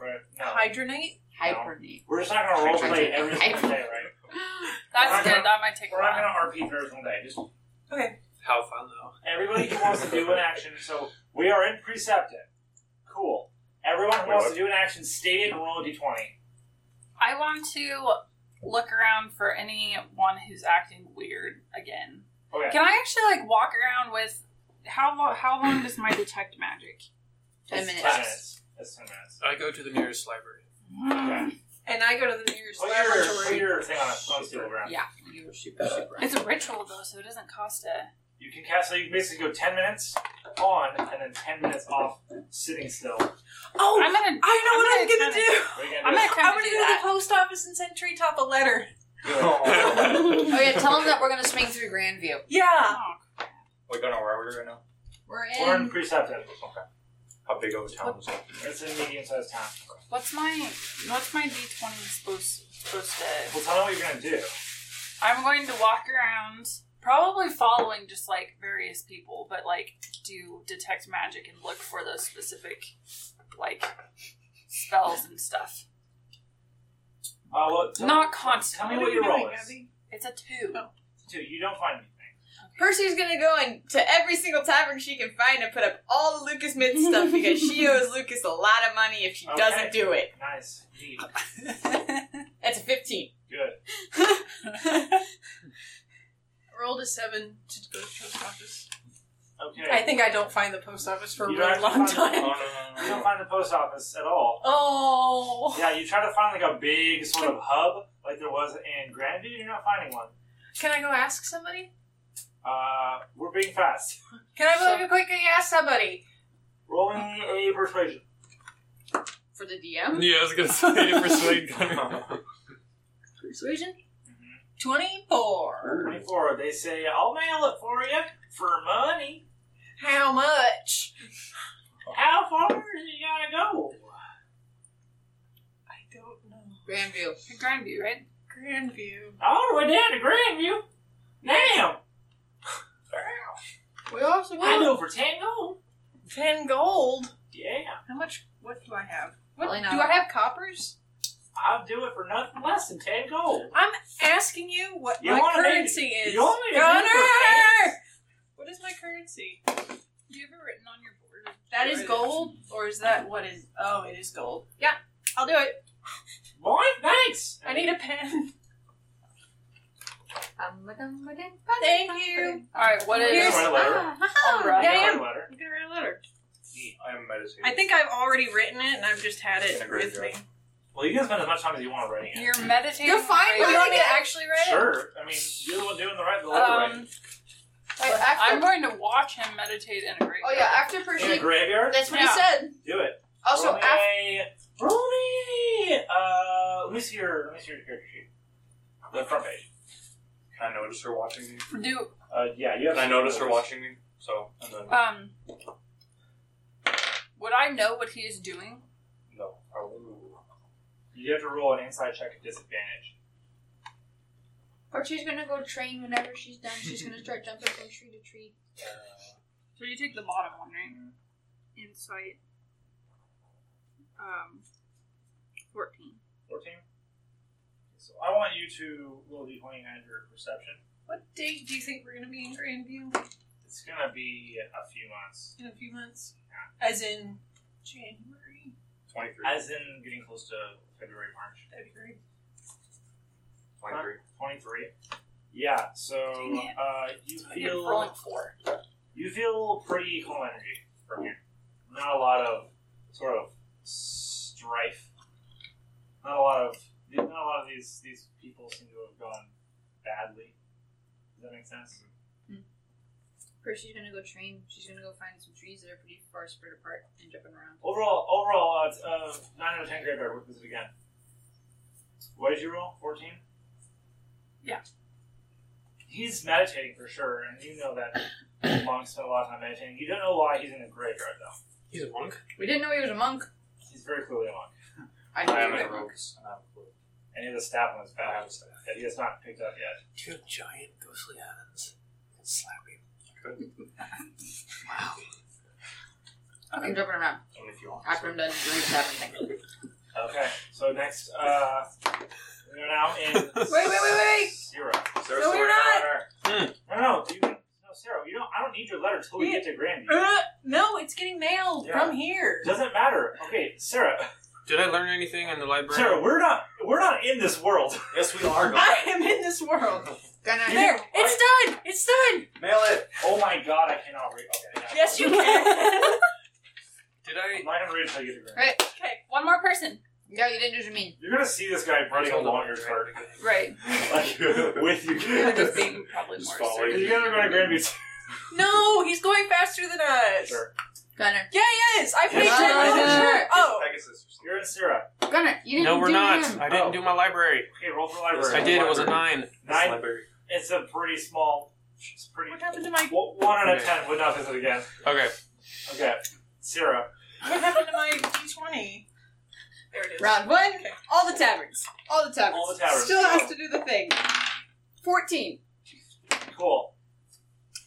S1: Right? No.
S6: Hydronate.
S3: Hibernate.
S1: We're just not gonna role play every single
S3: Hibernate.
S1: day, right?
S5: That's good. That might take a
S1: We're not
S5: while.
S1: gonna RP through every single day. Just
S4: How fun though.
S1: Everybody who wants to do an action, so we are in Preceptive. Cool. Everyone who
S7: Wait,
S1: wants
S7: what?
S1: to do an action, state it and roll a d20.
S5: I want to look around for anyone who's acting weird again.
S1: Okay.
S5: Can I actually like walk around with how long? How long does my detect magic?
S3: Ten
S1: It's
S3: minutes.
S1: Ten minutes. That's ten minutes.
S4: I go to the nearest (laughs) library.
S1: Okay.
S6: And I go to the
S1: Oh,
S6: nearest
S1: Put your, put
S6: laboratory.
S1: your thing on a phone steel ground.
S3: Yeah. You were super, super.
S5: It's a ritual though, so it doesn't cost a.
S1: You can cast, so you can basically go ten minutes on and then ten minutes off sitting still. What
S6: Oh,
S5: I'm gonna.
S6: I know what I'm going to
S5: kinda-
S6: do.
S1: are you
S5: I'm
S1: gonna
S5: gonna
S1: do?
S5: kind
S6: I'm
S5: of
S6: going
S5: do
S6: to go to
S5: that.
S6: the post office and send Tree Top a letter.
S3: Oh yeah, tell him that we're gonna swing through Grandview.
S5: (laughs)
S6: Yeah.
S5: Oh,
S7: We don't know where we're right now.
S3: We're
S1: We're in
S3: in.
S1: Preceptive.
S7: How big of a town is it?
S1: It's a medium sized town.
S5: what's my what's my d twenty supposed supposed to?
S1: Well, tell them what you're gonna do. Uh,
S5: I'm going to walk around, probably following just like various people, but like do detect magic and look for those specific like spells and stuff.
S1: Uh, well, tell,
S5: Not
S1: tell
S5: constantly.
S1: me what your roll is.
S5: It's a two.
S2: Oh.
S1: Two. You don't find anything.
S12: Percy's gonna go into every single tavern she can find and put up all the Lucas Mint
S3: (laughs)
S12: stuff because she owes Lucas a lot of money if she
S1: Okay.
S12: doesn't do it.
S1: Nice. Neat.
S12: That's a 15.
S1: Good.
S11: Rolled a seven to go to the post office.
S1: Okay.
S6: I think I don't find the post office for a
S1: You
S6: really
S1: don't
S6: long
S1: actually find-
S6: time.
S1: You don't find the post office at all.
S6: Oh.
S1: Yeah, you try to find like a big sort of hub, like there was in Grandview. You're not finding one.
S6: Can I go ask somebody?
S1: Uh, we're being fast.
S6: Can I move quickly ask somebody?
S1: Rolling a persuasion.
S3: For the
S4: (laughs)
S3: DM?
S4: Yeah, I was gonna say persuade. (laughs) Connor.
S11: Persuasion?
S6: 24.
S1: Twenty-four. They say I'll mail it for you for money.
S6: How much?
S1: How far do you gotta go?
S6: I don't know.
S3: Grandview.
S5: Grandview, right?
S11: Grandview.
S1: All the way down to Grandview. Damn.
S3: We also
S1: I know for ten gold.
S6: 10 gold.
S1: Yeah.
S11: How much? What do I have?
S6: What,
S3: Probably not.
S6: do I have coppers?
S1: I'll do it for nothing less than ten gold.
S6: I'm asking you what
S1: You
S6: my
S1: wanna make-
S6: currency is.
S1: you want me to do it for
S6: Gunner! What is my currency?
S2: Do you have it written on your board?
S6: That is gold, or is that what is? Oh, it is gold. Yeah, I'll do it.
S1: Boy, thanks.
S6: I need a pen. (laughs) Thank you.
S2: All right, what is?
S6: Here's-
S7: Write a letter.
S3: Ah,
S2: All right.
S6: Yeah,
S7: Write
S6: yeah.
S7: a letter.
S6: I'm gonna write a letter.
S7: I am meditating.
S6: I think I've already written it, and I've just had it
S7: Done a great
S6: with
S7: job.
S6: me.
S1: Well, you can spend as much time as you want writing it.
S2: You're meditating.
S3: You're fine
S2: right
S3: with
S2: now.
S3: it.
S6: actually write
S1: Sure. I mean, you're the one doing the right, the letter
S2: Um,
S1: writing.
S3: Wait, after-
S2: I'm going to watch him meditate in a grave.
S3: oh yeah, after
S1: In a
S3: Pershing.
S1: graveyard.
S3: That's what
S2: Yeah.
S3: he said.
S1: Do it.
S3: Also,
S1: roll
S3: after.
S1: me a- roll me. Uh, let me see your let me see your character sheet. The front page.
S7: I noticed her watching me.
S2: Do
S1: Uh, yeah, you have.
S7: And I noticed her watching me. So and
S5: Uh,
S7: then
S2: um. Would I know what he is doing?
S1: No, probably. You have to roll an inside check at disadvantage.
S8: Or she's gonna go train whenever she's done. She's gonna start jumping from tree to tree.
S2: So you take the bottom one, right?
S5: Insight. Um, 14.
S1: Fourteen. So I want you to roll d twenty and your perception.
S6: What date do you think we're gonna be in Grandview
S1: It's gonna be a few months,
S6: in a few months? As in January,
S7: twenty three.
S1: as in getting close to February, March.
S6: February.
S7: Twenty three.
S1: Twenty three. Yeah. So
S2: Dang
S1: uh, you
S2: You're
S1: feel
S2: rolling four.
S1: You feel pretty calm energy from here. Not a lot of sort of strife. Not a lot of not a lot of these these people seem to have gone badly. Does that make sense?
S3: Percy's gonna go train. She's gonna go find some trees that are pretty far spread apart and jumping around.
S1: Overall, overall, uh, it's, uh, nine out of ten graveyard work visit again. What did you roll? Fourteen.
S2: Yeah.
S1: He's meditating for sure, and you know that monks spend a lot of time meditating. You don't know why he's in a graveyard though.
S4: He's a monk.
S3: We didn't know he was a monk.
S1: He's very clearly a monk.
S3: I
S7: I am
S3: knew
S7: in
S3: he
S7: a
S3: was.
S7: robe. and I have a clue.
S1: and he has a staff on his
S7: I
S1: back
S7: have a staff.
S1: that he has not picked up yet.
S4: Two giant ghostly hands. And slap you. (laughs)
S3: I'm jumping around
S7: And if you want.
S3: after I'm done doing the tavern thing.
S1: Okay, so next, uh, we're now in. wait, wait,
S6: wait, wait.
S1: Zero.
S7: Sarah's
S6: No,
S7: still
S6: we're
S7: writing
S6: not.
S7: a letter.
S1: No, no, you can, no, Sarah, you don't. I don't need your letter till we get to
S6: (laughs)
S1: Granby.
S6: Uh, no, it's getting mailed
S1: Yeah.
S6: from here.
S1: Doesn't matter. Okay, Sarah,
S4: Did I learn anything in the library?
S1: Sarah, we're not, we're not in this world.
S7: Yes, we are.
S6: (laughs)
S7: going.
S6: I am in this world.
S3: Gonna-
S6: There, it's done. It's done.
S7: Mail it.
S1: (laughs) Oh my god, I cannot read. Okay, yeah.
S6: Yes, you
S1: (laughs)
S6: can.
S4: Did
S1: I'm
S4: I?
S1: not gonna read until you get to Granby.
S2: One more person.
S3: Yeah, you didn't do what you mean.
S1: You're gonna see this guy running
S4: Hold on.
S1: along your cart,
S2: Right.
S1: (laughs) like (laughs) with you.
S2: You're just
S1: (laughs) You're
S2: being probably
S7: Just
S2: more
S7: follow
S2: assertive.
S7: you.
S1: gonna go to Granby.
S6: no, he's going faster than us.
S1: Sure.
S3: Gunner.
S6: Yeah, he is. I paid
S7: Yes,
S6: ten
S3: he is.
S6: dollars. Sure. Oh,
S7: Pegasus. or
S1: You're in Sarah.
S3: Gunner, you didn't
S4: No, we're
S3: do
S4: not.
S3: him.
S4: I didn't
S7: Oh.
S4: do my library.
S1: Okay, roll for library.
S4: I did. It was a nine.
S7: something.
S1: Nine.
S7: Library.
S1: It's a pretty small. It's pretty.
S6: what happened to my?
S1: Well, one out of
S4: Okay.
S1: ten would not visit again.
S4: Okay.
S1: Okay, Sarah.
S6: What happened to my D twenty? There it is.
S3: Round one. All the taverns. All the taverns.
S1: All the taverns.
S3: Still has to do the thing. 14.
S1: Cool.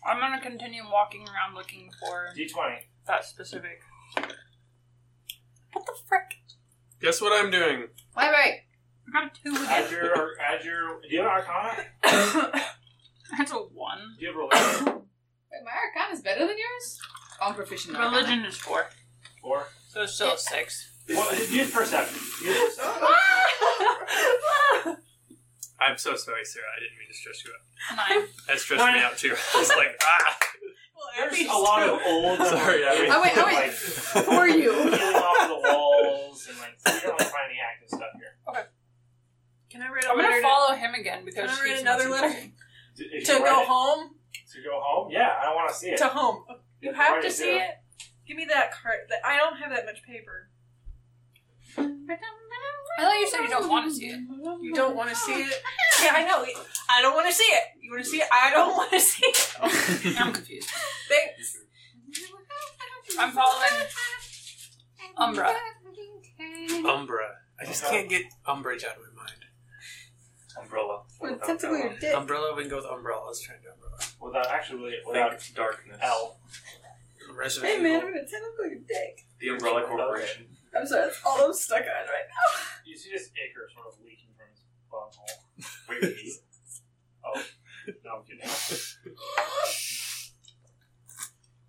S2: I'm gonna continue walking around looking for
S1: D twenty.
S2: that specific. What the frick?
S4: Guess what I'm doing?
S3: All right.
S2: I got a two
S1: Add
S2: again.
S1: your add your. Do you have an Arcana?
S2: That's a one.
S1: Do you have (coughs) religion?
S3: Wait, my arcana's better than yours? I'm proficient in arcana.
S2: Religion is four,
S1: Or
S2: so it's still a six.
S1: (laughs) well, use perception. Use perception.
S13: I'm so sorry, Sarah. I didn't mean to stress you out.
S2: Nine.
S13: That stressed
S1: Darn
S13: me
S1: it.
S13: out too. I was like, ah.
S1: There's a lot of old.
S13: Sorry, I mean-
S3: Oh, wait, oh,
S1: (laughs)
S3: wait.
S1: Like,
S3: For you.
S1: peeling off the walls and like so you don't like, find any active stuff here.
S6: Can I write a
S2: I'm
S6: letter?
S2: gonna
S6: to-
S2: follow him again because
S6: Can I
S2: he's
S6: write
S2: most
S6: another letter?
S2: interesting.
S1: D- if
S6: to
S1: you write
S6: go
S1: it-
S6: home.
S1: To go home? Yeah, I don't want to see it.
S6: To home. You
S1: If
S6: have
S1: write
S6: to
S1: do
S6: see it. Give me that card. That I don't have that much paper.
S2: I thought you said you don't want to see it.
S6: You don't want to
S2: (laughs)
S6: see it. Yeah, I know. I don't want to see it. You want to see it? I don't (laughs) want to see it.
S2: I'm confused.
S6: Thanks.
S2: I'm following. Umbra.
S4: (laughs) Umbra. I just can't get umbrage out of my mind.
S7: Umbrella.
S3: Well,
S7: Without
S3: typically
S7: power.
S3: your dick.
S4: Umbrella. We can go with umbrella. Let's try and do umbrella.
S1: Without actually without
S7: Think darkness.
S1: L.
S4: Resident Evil.
S6: gonna
S3: (laughs)
S6: typical your dick.
S13: (laughs)
S7: The Umbrella Corporation.
S6: I'm sorry. That's all I'm stuck on right
S1: You see this acre baby. oh, no, I'm kidding.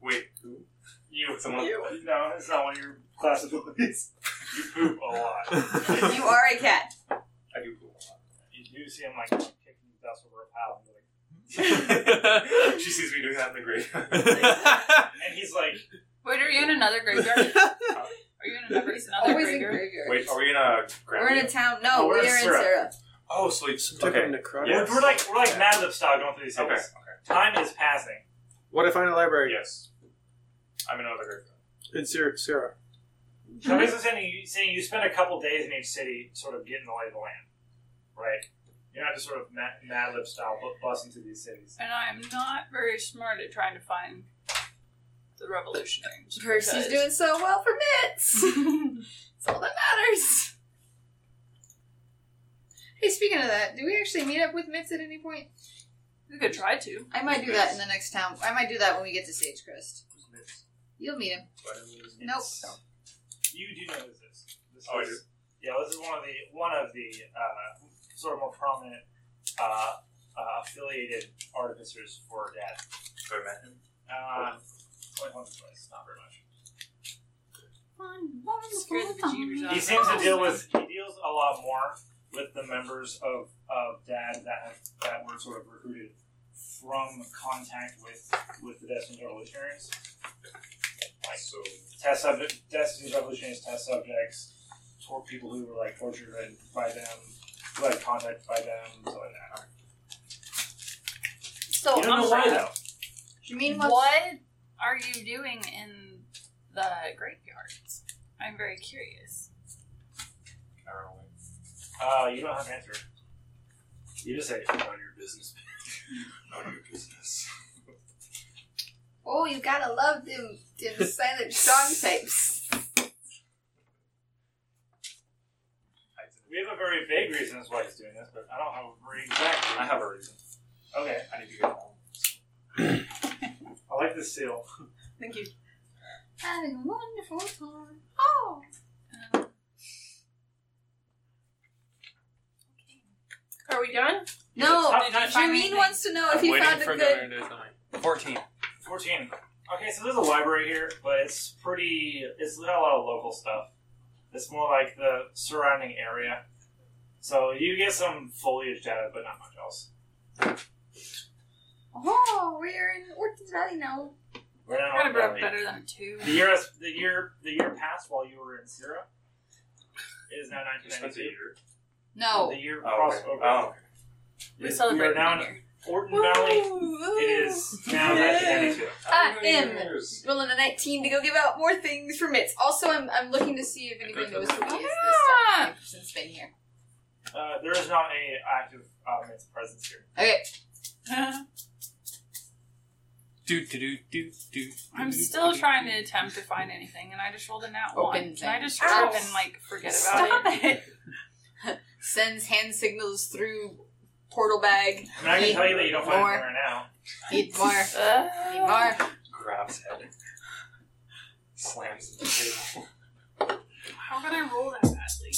S7: Wait, who?
S1: You.
S7: Someone-
S1: No, it's not one of your class abilities. You poop a lot.
S14: you are a cat.
S1: I do poop a lot. You do see him like kicking the dust over a pile. and you're like,
S7: she sees me doing that in the grave.
S4: (laughs)
S3: (laughs)
S1: and he's like,
S2: Wait, are you in another graveyard? are you in another, another
S3: Always in
S2: graveyard?
S3: graveyard.
S7: (laughs) Wait, are we in a ground?
S3: We're in a town. No,
S7: Oh,
S3: we're,
S7: we're in
S3: in
S7: Syrup.
S3: Syrup.
S7: Oh, sleep.
S4: Some type
S7: Okay.
S4: of necrotic.
S1: we're, we're like we're like Mazda style going through these hills.
S7: Okay.
S1: Time is passing.
S13: What if I find a library?
S7: Yes. I'm in another grave.
S13: In Syr- Syra.
S1: So basically saying you, saying you spend a couple days in each city, sort of getting the lay of the land, right? You're not just sort of mad, mad lib style, but busting to these cities.
S2: And I'm not very smart at trying to find the revolutionaries.
S3: Percy's
S2: because-
S3: doing so well for
S7: (laughs)
S3: Mitts. That's all that matters.
S8: Hey, speaking of that, do we actually meet up with Mitz at any point?
S2: We could try to.
S3: I might do that in the next town. I might do that when we get to Sagecrest. You'll meet him. Nope.
S1: You do know this is. This
S7: Oh, I
S1: is, Yeah, this is one of the one of the uh, sort of more prominent uh, uh, affiliated artificers for Dad.
S7: Have I met him?
S1: Uh, only once or twice, not very much.
S2: Scared the bejeebers out
S1: He
S2: of
S1: seems to
S2: me.
S1: deal with he deals a lot more with the members of, of Dad that have, that were sort of recruited from contact with with the Destiny's Revolutionaries. Like
S7: So,
S1: test subject, Destiny's Revolutionaries test subjects, tor- people who were like tortured and- by them, who had contact by them, stuff like that.
S2: So
S5: Oh,
S1: you don't know why though.
S3: You mean what?
S2: What are you doing in the graveyards? I'm very curious.
S7: I don't know.
S1: Uh, you don't have an answer. You just say none of your business. (laughs)
S7: None of your business.
S3: Oh, you gotta love them, them silent strong types.
S1: We have a very vague reason as why he's doing this, but I don't have a very exact. Reason.
S7: I have a reason.
S1: Okay,
S7: I need to go home.
S1: I like this seal.
S6: Thank you.
S8: Having a wonderful time.
S3: Oh,
S2: Um,
S6: Are we done?
S3: no.
S2: How did I find
S3: Jermaine
S2: anything?
S3: wants to know if
S4: I'm
S3: you
S4: waiting
S3: found a
S4: for
S3: good.
S4: another deadline. Fourteen.
S1: Fourteen. Okay, so there's a library here, but it's pretty. It's not a lot of local stuff. It's more like the surrounding area. So you get some foliage data, but not much else.
S8: Oh, we're in Orchard Valley now.
S1: We're not
S2: I
S1: on
S2: gotta grow up
S1: Valley.
S2: better than a two.
S1: The year, the year, the year passed while you were in Sierra. It is now
S7: You spent a
S1: 1992.
S7: year.
S3: No.
S1: The year
S7: Oh,
S1: crossed
S7: okay.
S1: over.
S7: oh,
S2: We
S1: It-
S2: celebrate
S1: We are now
S2: one (laughs)
S1: in Orton Valley. It is now 1992.
S3: I am rolling a 19 to go give out more things for Mitts. Also, I'm, I'm looking to see if anybody knows who he is this time since been here.
S1: Uh, there is not a active uh, men's presence here.
S3: Okay.
S4: Do do do do do.
S2: I'm still trying to attempt to find anything, and I just rolled a nat one.
S3: Open
S2: Can I
S3: thing.
S2: just
S3: Ow.
S2: trip and like forget
S3: Stop
S2: about it?
S3: it. Sends hand signals through portal bag.
S1: I mean, I can tell you that you don't find
S3: More.
S1: anything right now.
S3: Eat more. Eat
S2: Uh,
S3: more.
S7: grabs head, slams the table.
S2: how could I roll that badly?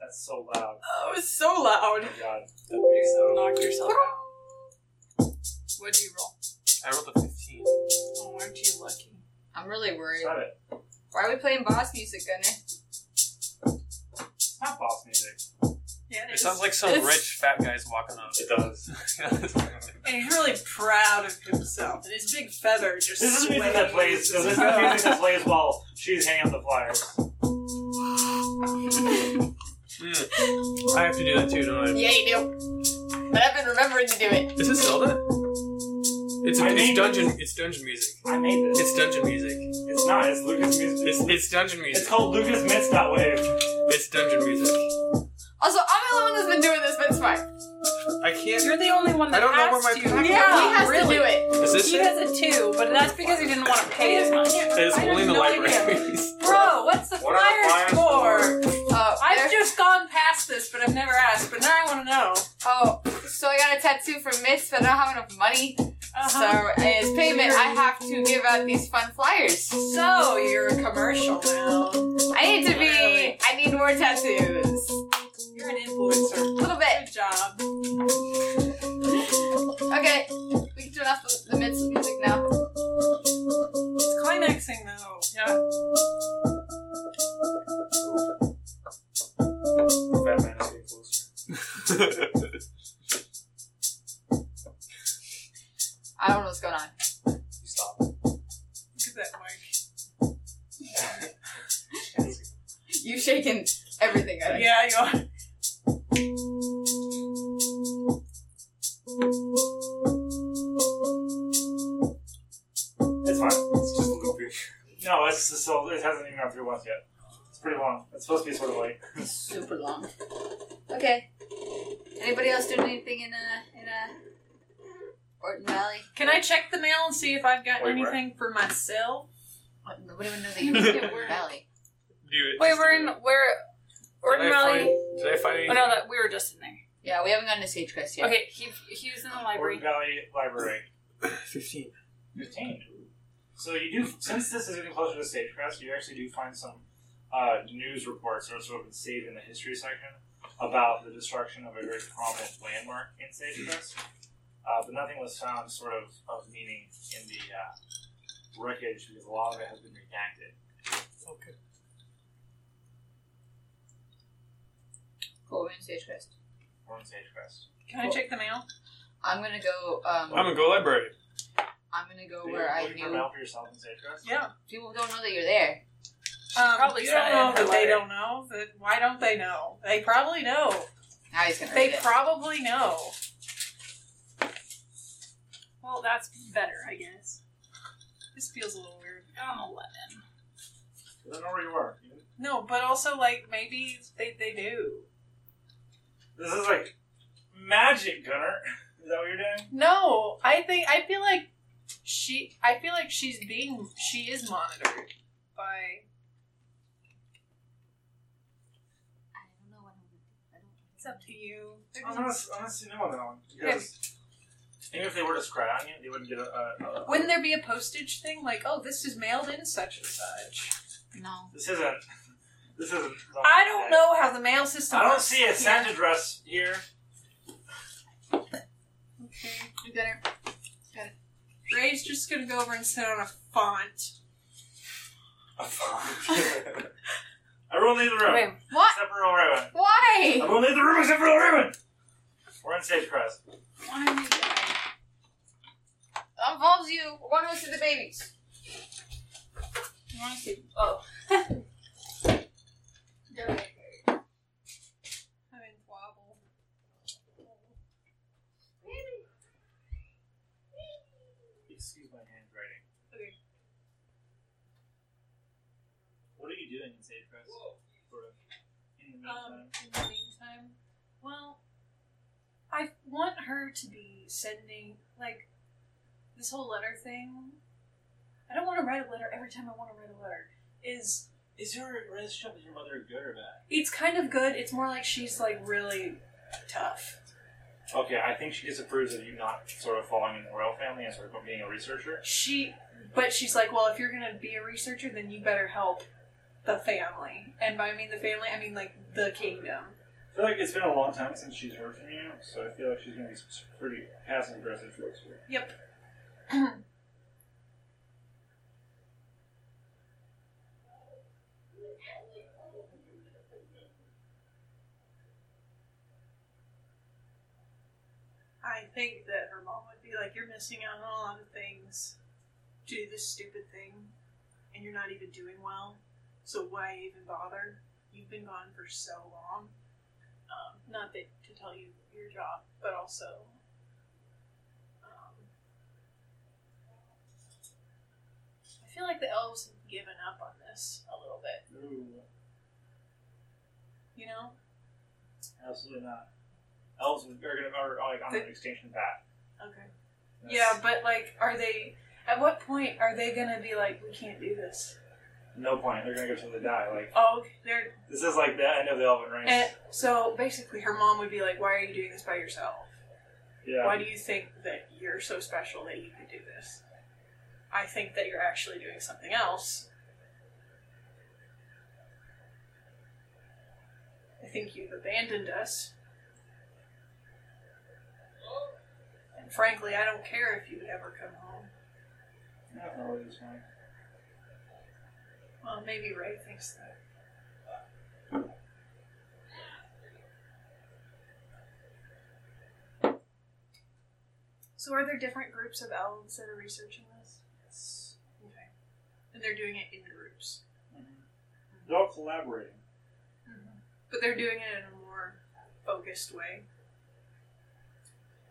S1: That's so loud.
S14: Oh, it's so loud.
S1: Oh my god.
S2: Knock yourself out. What'd you roll?
S4: I rolled a fifteen.
S2: Oh, aren't you lucky?
S3: I'm really worried.
S1: Stop it.
S3: Why are we playing boss music, Gunner?
S1: It's not boss music.
S6: Yeah,
S4: It sounds like some rich fat guy's walking up. Hmm. (laughs)
S7: It does.
S6: And he's really proud of himself. And his big feather just.
S1: This is music
S6: swaying.
S1: that plays. This is (laughs) music that plays while she's hanging up the flyers.
S4: Mm. I have to do that too, don't I?
S3: Yeah, you do. But I've been remembering to do it.
S4: Is this Zelda? It's,
S1: I
S4: it's
S1: think-
S4: dungeon. It's dungeon music.
S1: I made this.
S4: It's dungeon music.
S1: It's not. It's Lucas music.
S4: It's, it's dungeon music.
S1: It's called Lucas Mintz. Dot Wave.
S4: It's dungeon music.
S3: Also, I'm the only one that's been doing this, but it's fine.
S4: I can't.
S2: You're the only one
S4: I
S2: that
S4: don't know where my
S2: asked you.
S4: pack-
S3: Yeah,
S2: Yeah,
S3: he has
S2: really.
S3: to do it.
S4: Is this
S2: He
S4: it?
S2: has a two, but that's because he didn't want to pay as much.
S4: It's
S6: I
S4: only in the
S6: have no idea.
S4: libraries.
S6: Bro, what's the
S7: What are the
S6: flyers
S7: flyers
S6: for?
S3: Oh,
S6: I've
S3: there-
S6: just gone past this, but I've never asked. But now I want to know.
S3: oh, so I got a tattoo for Mitts, but I don't have enough money.
S6: Uh-huh.
S2: Uh-huh.
S3: So as payment, I have to give out these fun flyers.
S6: So you're a commercial now.
S3: I need to be. I need more tattoos.
S6: You're you're an influencer.
S8: A little bit.
S6: Good job.
S8: Okay, we can turn off the, the mids music now.
S6: It's climaxing though.
S2: Yeah.
S7: Batman is getting
S4: (laughs)
S7: closer.
S3: I don't know what's going on.
S7: Stop.
S6: Look at that mic.
S3: You've shaken everything. Right?
S6: Yeah, you are.
S1: It's fine. It's just a loopy. No, it's just so it hasn't even gone through once yet. It's pretty long. It's supposed to be sort of like
S3: Super long.
S8: Okay. Anybody else doing anything in uh in uh
S3: uh,
S8: Orton Valley?
S6: Can I check the mail and see if I've gotten
S7: Wait, where?
S6: anything for myself?
S3: What- Nobody would know that you were in Orton Valley.
S2: Wait, we're in where?
S4: Did
S2: Orton
S4: I
S2: Valley.
S4: find, did I find
S2: Oh
S4: anything?
S2: no, that we were just in there.
S3: Yeah, we haven't gotten to Sage yet.
S2: Okay, he he was in the
S1: Orton
S2: library.
S1: Valley Library.
S4: (sighs)
S13: 15.
S1: Fifteen. So you do since this is getting closer to Stagecraft, you actually do find some uh, news reports that are sort of saved in the history section about the destruction of a very prominent landmark in Stagecraft. Uh, but nothing was found sort of of meaning in the uh, wreckage because a lot of it has been redacted.
S4: Okay.
S3: Cool, we're in Sagecrest.
S1: We're in Stagecraft.
S6: Can I check the mail?
S3: I'm gonna go. Um,
S4: I'm gonna go library.
S3: I'm gonna go
S1: Do you
S3: where I
S1: look for
S3: knew
S1: mail for yourself in Stagecraft?
S6: Yeah.
S3: people don't know that you're there.
S6: Um,
S2: probably
S6: you
S2: sent
S6: don't
S2: it
S6: know
S2: in her
S6: that they
S2: letter.
S6: don't know. That why don't they know? They probably know.
S3: Now he's gonna.
S6: They
S3: read it.
S6: probably know.
S2: Well, that's better, I guess.
S6: This feels a little weird.
S2: I'm eleven.
S1: I don't know where you are.
S6: No, but also like maybe they, they do.
S1: This is like magic, Gunner. (laughs) Is that what you're doing?
S6: No, I think I feel like she. I feel like she's being she is monitored by.
S3: I don't know what I'm gonna do. I don't-
S6: It's up to you. Um,
S1: I'm gonna, I'm gonna see no on that one. Because even if they were to scry on you, they wouldn't get a. a, a
S6: Wouldn't there be a postage thing like, oh, this is mailed in such and such?
S3: No.
S1: This isn't. (laughs) This isn't.
S6: I don't know how the mail system.
S1: I don't
S6: works.
S1: see a sand address here.
S6: Okay.
S8: You better.
S6: Ray's just gonna go over and sit on a font.
S1: Everyone leave the room.
S2: Okay,
S8: What?
S1: Except for O'Reilly.
S8: Why?
S1: Everyone leave the room except for O'Reilly. We're in Stagecrest.
S2: why are you doing?
S8: That involves you. We're going to listen to the babies.
S2: You want to see? Oh,
S6: I'm in wobble.
S1: Excuse my handwriting.
S6: Okay.
S1: What are you doing in Stagecrest? Sort of. In the meantime.
S6: Um, in the meantime, well, I want her to be sending like this whole letter thing. I don't want to write a letter every time I want to write a letter. Is
S1: Is your relationship with your mother good or bad?
S6: It's kind of good. It's more like she's like really tough.
S1: Okay, I think she disapproves of you not sort of falling in the royal family and sort of being a researcher.
S6: She, but she's like, well, if you're gonna be a researcher, then you better help the family. And by I mean the family, I mean like the kingdom.
S1: I feel like it's been a long time since she's heard from you, so I feel like she's going to be s- pretty passive aggressive towards you.
S6: Yep. I think that her mom would be like, "You're missing out on a lot of things. Do this stupid thing, and you're not even doing well. So why even bother? You've been gone for so long. Um, not that to tell you your job, but also." Um, I feel like the elves have given up on this a little bit,
S1: No,
S6: you know?
S1: absolutely not. Elves are going to are like on an extinction path.
S6: Okay.
S1: That's-
S6: Yeah, but like, are they? At what point are they gonna be like, we can't do this?
S1: No point. They're going to go till they die. Like
S6: Oh, okay, they're.
S1: this is like the end of the elven race.
S6: And so basically, her mom would be like, "Why are you doing this by yourself?
S1: yeah.
S6: Why do you think that you're so special that you could do this? I think that you're actually doing something else." I think you've abandoned us. And frankly, I don't care if you would ever come home.
S1: Not really this one.
S6: Well, maybe Ray thinks that. So, are there different groups of elves that are researching this?
S1: Yes.
S6: Okay. And they're doing it in groups.
S1: They're all collaborating.
S6: But they're doing it in a more focused way.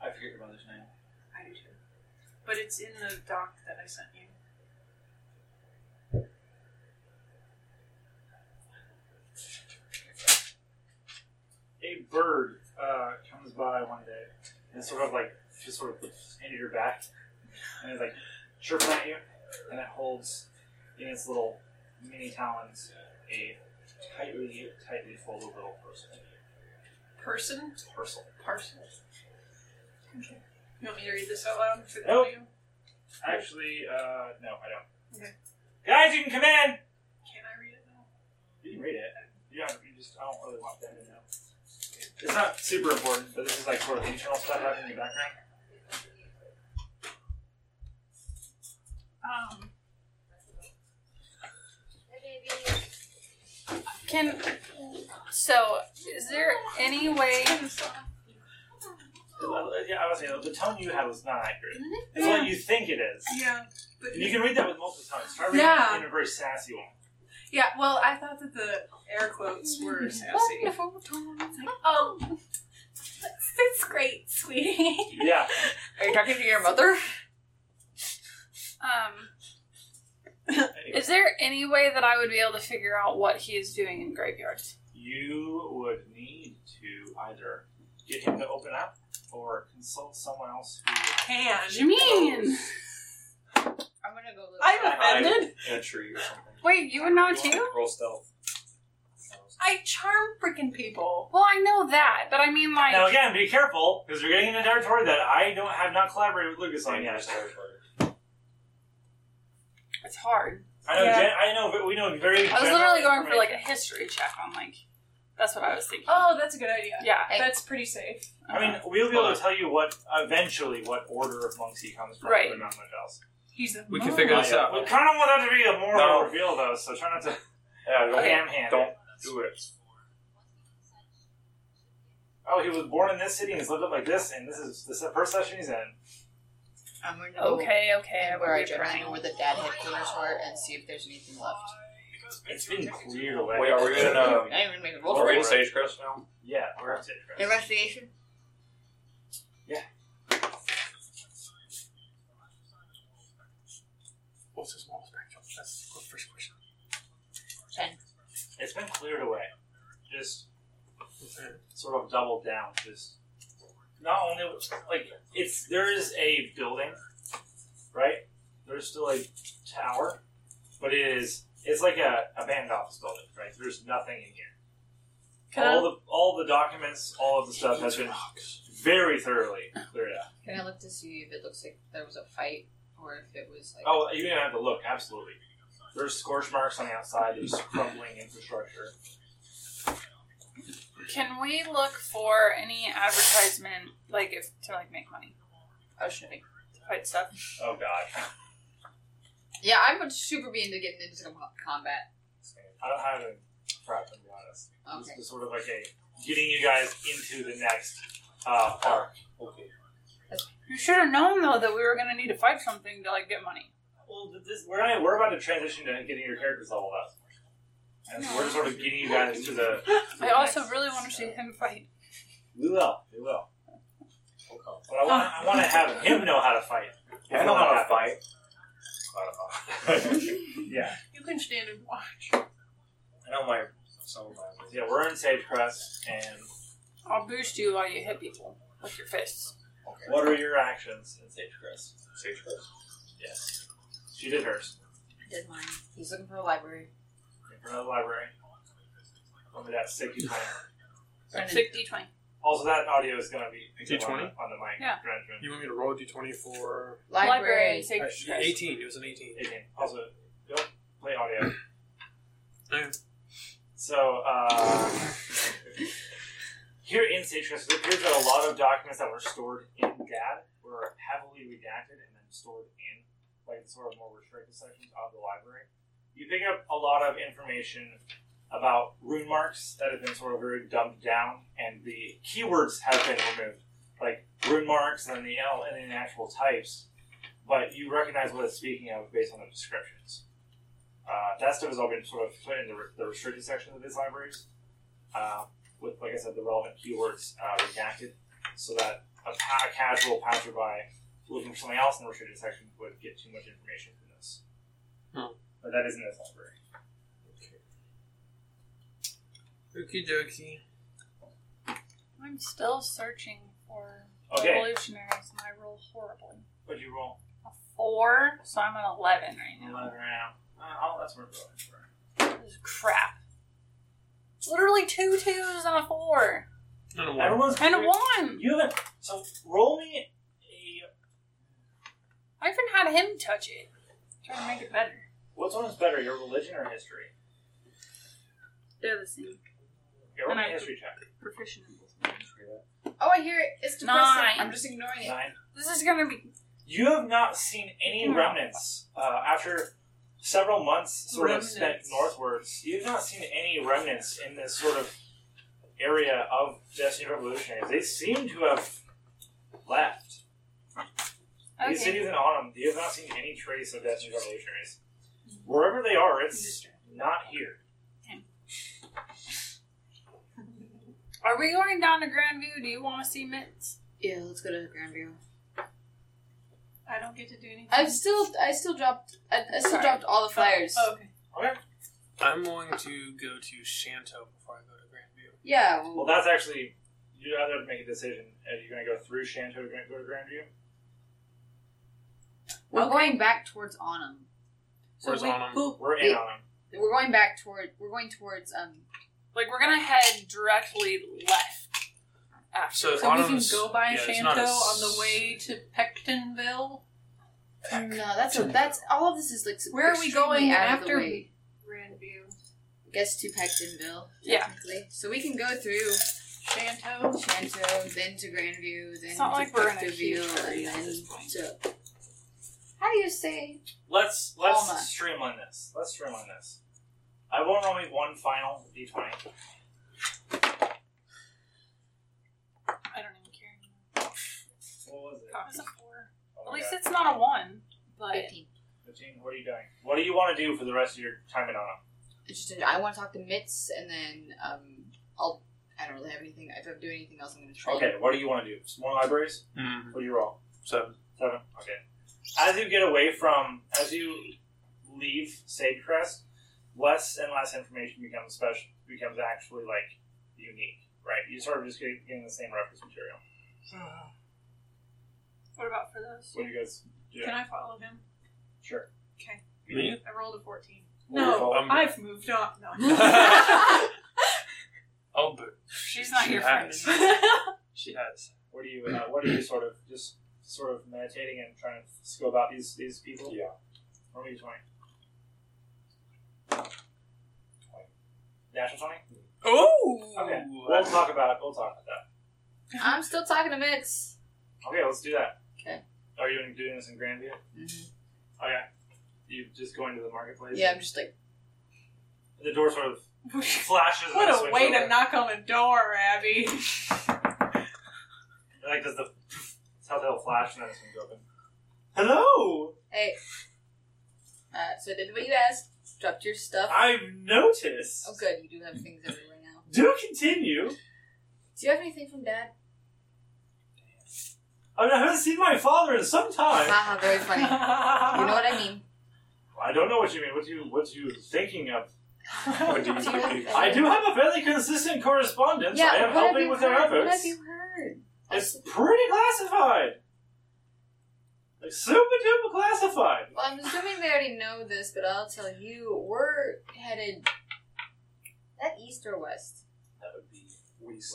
S1: I forget your mother's name.
S6: I do too. But it's in the doc that I sent you.
S1: a bird uh, comes by one day and sort of like just sort of into your back and is like chirping at you and it holds in its little mini talons a tightly tightly folded little person.
S6: Person?
S1: Parcel.
S6: Parcel. Okay. You want me to read this out loud for the
S1: Nope.
S6: audio?
S1: Actually, uh, no, I don't.
S6: Okay.
S1: Guys, you can come in.
S6: Can I read it now?
S1: You can read it. You, don't, you just I don't really want them to know. It's not super important, but this is like sort of internal stuff happening in the background.
S5: Um,
S2: Can so is there any way?
S1: Yeah, I was saying the tone you had was not accurate. It's what you think it is.
S6: Yeah. But
S1: And you can read that with multiple times. Try reading
S6: Yeah.
S1: it in a very sassy one.
S6: Yeah, well, I thought that the air quotes were sassy.
S2: Wonderful times.
S8: Oh, that's, that's great, sweetie.
S2: (laughs)
S1: Yeah.
S3: Are you talking to your mother?
S2: Um, is there any way that I would be able to figure out what he is doing in graveyards?
S1: You would need to either get him to open up or consult someone else who
S6: Can.
S2: What do you mean?
S3: I'm gonna go look.
S6: I'm offended.
S7: in a tree or something.
S2: Wait, you would know too?
S7: Roll stealth.
S6: I charm freaking people.
S2: Well, I know that, but I mean, like,
S1: Now again, be careful, because you're getting into territory that I don't have not collaborated with Lucas on yet.
S2: it's hard.
S1: I know
S6: Yeah.
S1: gen- I know we know very
S2: I was
S1: general
S2: literally going for like a
S1: information.
S2: history check on like. That's what I was thinking.
S6: Oh, that's a good idea.
S2: Yeah.
S6: That's pretty safe.
S1: I mean, we'll be able to tell you what eventually what order of monks he comes from,
S2: Right.
S1: but not much else.
S6: He's a
S4: We can figure this out.
S1: We kind of want that to be a moral
S7: No.
S1: reveal, though, so try not to
S7: (laughs) Yeah, don't,
S1: ham hand.
S7: don't do it.
S1: Oh, he was born in this city and he's lived up like this, and this is this is the first session he's in.
S3: I'm gonna go
S2: Okay, okay.
S3: and
S2: will
S3: where I
S2: be
S3: generally
S2: trying.
S3: know where the dad headquarters were and see if there's anything left.
S1: It's been cleared away.
S7: Wait, are
S1: (laughs)
S7: we in um,
S3: I even make a roll
S7: are
S3: for
S7: we in
S3: it.
S7: Sagecrest now?
S1: Yeah, we're up to it, Chris.
S8: Investigation.
S4: What's the small spectrum? That's the first question.
S3: Ten.
S1: It's been cleared away. Just sort of doubled down. Just not only like it's there is a building, right? There's still a tower, but it is it's like a abandoned office building, right? There's nothing in here.
S6: Can
S1: all the all the documents, all of the stuff has been very thoroughly cleared out.
S3: Can I look to see if it looks like there was a fight or if it was like
S1: Oh, you didn't have to look. Absolutely, there's scorch marks on the outside. There's crumbling infrastructure.
S2: Can we look for any advertisement, like if to like make money,
S3: oh shitty.
S2: to fight stuff?
S1: Oh God,
S3: Yeah, I'm super be into getting into com- combat.
S1: I don't have any prep. To be honest,
S3: Okay.
S1: this is sort of like a getting you guys into the next uh, park.
S7: Okay.
S2: You should have known though that we were gonna need to fight something to like get money.
S1: Well, th- this, we're not, we're about to transition to getting your characters leveled up, and we're just sort of getting you guys to the. to
S2: I
S1: the
S2: also
S1: next-
S2: really want to see him fight.
S1: We will. We will. But I want. I want to have him know how to fight.
S7: I know how to fight. I don't know.
S1: Yeah.
S6: You can stand and watch.
S7: I know my some of my.
S1: Yeah, we're in Sage Crest, and
S2: I'll boost you while you hit people with your fists.
S7: Okay.
S1: what are your actions in Sage Crest?
S7: Sagecrest.
S1: Yes. She did hers.
S3: Did mine. He's looking for a library.
S1: In front of the library. Remember that sick you plan.
S3: Brennan,
S2: Sixty twenty.
S1: Also, that audio is going to be picked up on,
S4: D20?
S1: on the mic.
S2: Yeah.
S1: Drenchman.
S4: You want me to roll a d20 for.
S3: library.
S2: Safety
S4: Uh,
S2: first.
S4: 18. It was an 18.
S1: Again, Also, yep, play audio.
S4: Okay.
S1: So, uh, stage because it appears that a lot of documents that were stored in DAD were heavily redacted and then stored in like the sort of more restricted sections of the library. You pick up a lot of information about rune marks that have been sort of very dumbed down, and the keywords have been removed, like rune marks and the L and the actual types. But you recognize what it's speaking of based on the descriptions. Uh, that stuff has all been sort of put in the, the restricted section of these libraries, uh, with, like I said, the relevant keywords uh, redacted, so that a, pa- a casual passerby looking for something else in the restricted section would get too much information from this.
S4: Hmm.
S1: But that isn't this library.
S4: Okie dokie.
S2: I'm still searching for
S1: Okay.
S2: revolutionaries, and I roll horribly.
S1: What'd you roll?
S2: Four, so I'm at eleven right now.
S1: Eleven round. Uh, I'll, that's where we're going for.
S2: This is crap. Literally two twos and a four
S4: And a one.
S1: Everyone's
S2: and a one.
S1: You haven't. So roll me a.
S2: I even had him touch it. Trying to make it better.
S1: What's one is better, your religion or history?
S2: They're the same.
S1: Yeah, roll
S2: And
S1: me a
S2: I-
S1: history check.
S2: Proficient in both.
S14: Oh, I hear it. It's depressing.
S2: Nine.
S14: I'm just ignoring it.
S1: Nine.
S2: This is gonna be
S1: You have not seen any remnants uh, after several months sort of spent
S15: Remnants.
S1: northwards. You've not seen any remnants in this sort of area of Destiny Revolutionaries. They seem to have left. These
S2: okay.
S1: cities in autumn, you have not seen any trace of Destiny Revolutionaries. Wherever they are, it's not here.
S2: Are we going down to Grandview? Do you want to see Mitts?
S3: Yeah, let's go to Grandview.
S6: I don't get to do anything.
S3: I've still, I still dropped, I, I still
S2: Sorry.
S3: dropped all the flyers.
S6: Oh, okay.
S4: I'm going to go to Shanto before I go to Grandview.
S3: Yeah,
S1: Well, that's actually you either have to make a decision. Are you going to go through Shanto to go to Grandview?
S3: we're
S2: Okay.
S3: going back towards Onum.
S4: Where's Onum?
S1: We're in
S3: Wait.
S1: on them.
S3: We're going back toward, we're going towards um
S2: Like we're gonna head directly left. After.
S4: So,
S15: So we can
S4: Autumn's-
S15: go by
S4: yeah, it's
S15: Shanto
S4: not a s-
S15: on the way to Pectonville.
S3: No, that's that's all of this is like
S15: Where are we going
S3: extremely out of the
S15: after-
S3: way.
S6: Grandview.
S3: I guess to Pectonville,
S2: Yeah.
S3: technically. So we can go through
S15: Shanto.
S3: Shanto, then to Grandview, then
S2: It's not
S3: to
S2: like we're in a huge
S3: Pectonville,
S2: hurry at
S3: and then
S2: this point.
S3: to how do you say?
S1: Let's let's
S3: Alma.
S1: streamline this. Let's streamline this. I won't roll me one final d
S2: I
S1: twenty.
S2: don't even care. anymore.
S1: What was it?
S2: It's a four.
S1: Oh
S2: At
S1: my
S2: least
S1: God.
S2: it's not a one. But
S3: Fifteen.
S1: Fifteen. What are you doing? What do you want to do for the rest of your time in Onum?
S3: Interesting. I want to talk to Mitz, and then um, I'll. I don't really have anything. If I'm doing anything else, I'm going to try.
S1: Okay. What do you want to do? Some more libraries?
S4: Mm,
S1: What do you roll?
S4: seven.
S1: Seven. Okay. As you get away from, as you leave Sagecrest, less and less information becomes special, becomes actually like unique, right? You sort of just get getting the same reference material.
S6: Uh,
S2: what about for those?
S1: What do you guys do?
S6: Can I follow him?
S1: Sure.
S6: Okay.
S4: Me?
S6: I rolled a 14.
S2: (laughs)
S1: No,
S4: I'm-
S6: I've moved on.
S1: (laughs)
S6: No. (laughs)
S4: Oh, but
S2: She's not
S4: she
S2: your friend.
S4: has. She has.
S1: What are you? Uh, what are you sort of just sort of meditating and trying to scope out these these people?
S7: Yeah.
S1: Roll me a twenty. Twenty. Natural twenty.
S4: Oh.
S1: Okay. We'll talk about it. We'll talk about that.
S3: I'm still talking to Mitz.
S1: Okay, let's do that.
S3: Okay.
S1: Are you doing this in Grandview?
S3: Mhm.
S6: Mm-hmm.
S1: Okay. You just going to the marketplace?
S3: Yeah, I'm just like
S1: The door sort of flashes. and
S6: (laughs) What a
S1: swings
S6: way
S1: open.
S6: to knock on the door, Abby.
S1: Like does the telltale flash and then it's swings open. Hello.
S3: Uh, so I did what you asked. Dropped your stuff.
S1: I've noticed.
S3: Oh, good. You do have things everywhere now.
S1: Do continue.
S3: Do you have anything from Dad?
S1: I mean, I haven't seen my father in some time.
S3: Haha,
S2: (laughs)
S3: very funny. You know what I mean.
S1: I don't know what you mean. What you what you thinking of?
S3: (laughs)
S7: What do you
S3: Do you have
S7: think?
S1: I do have a fairly consistent correspondence. I am
S3: what have
S1: helping
S3: you
S1: with
S3: heard?
S1: their
S3: What have
S1: efforts.
S3: you heard?
S1: It's pretty classified. Like super duper classified.
S3: Well, I'm assuming they already know this, but I'll tell you. We're headed that east or west?
S1: That would be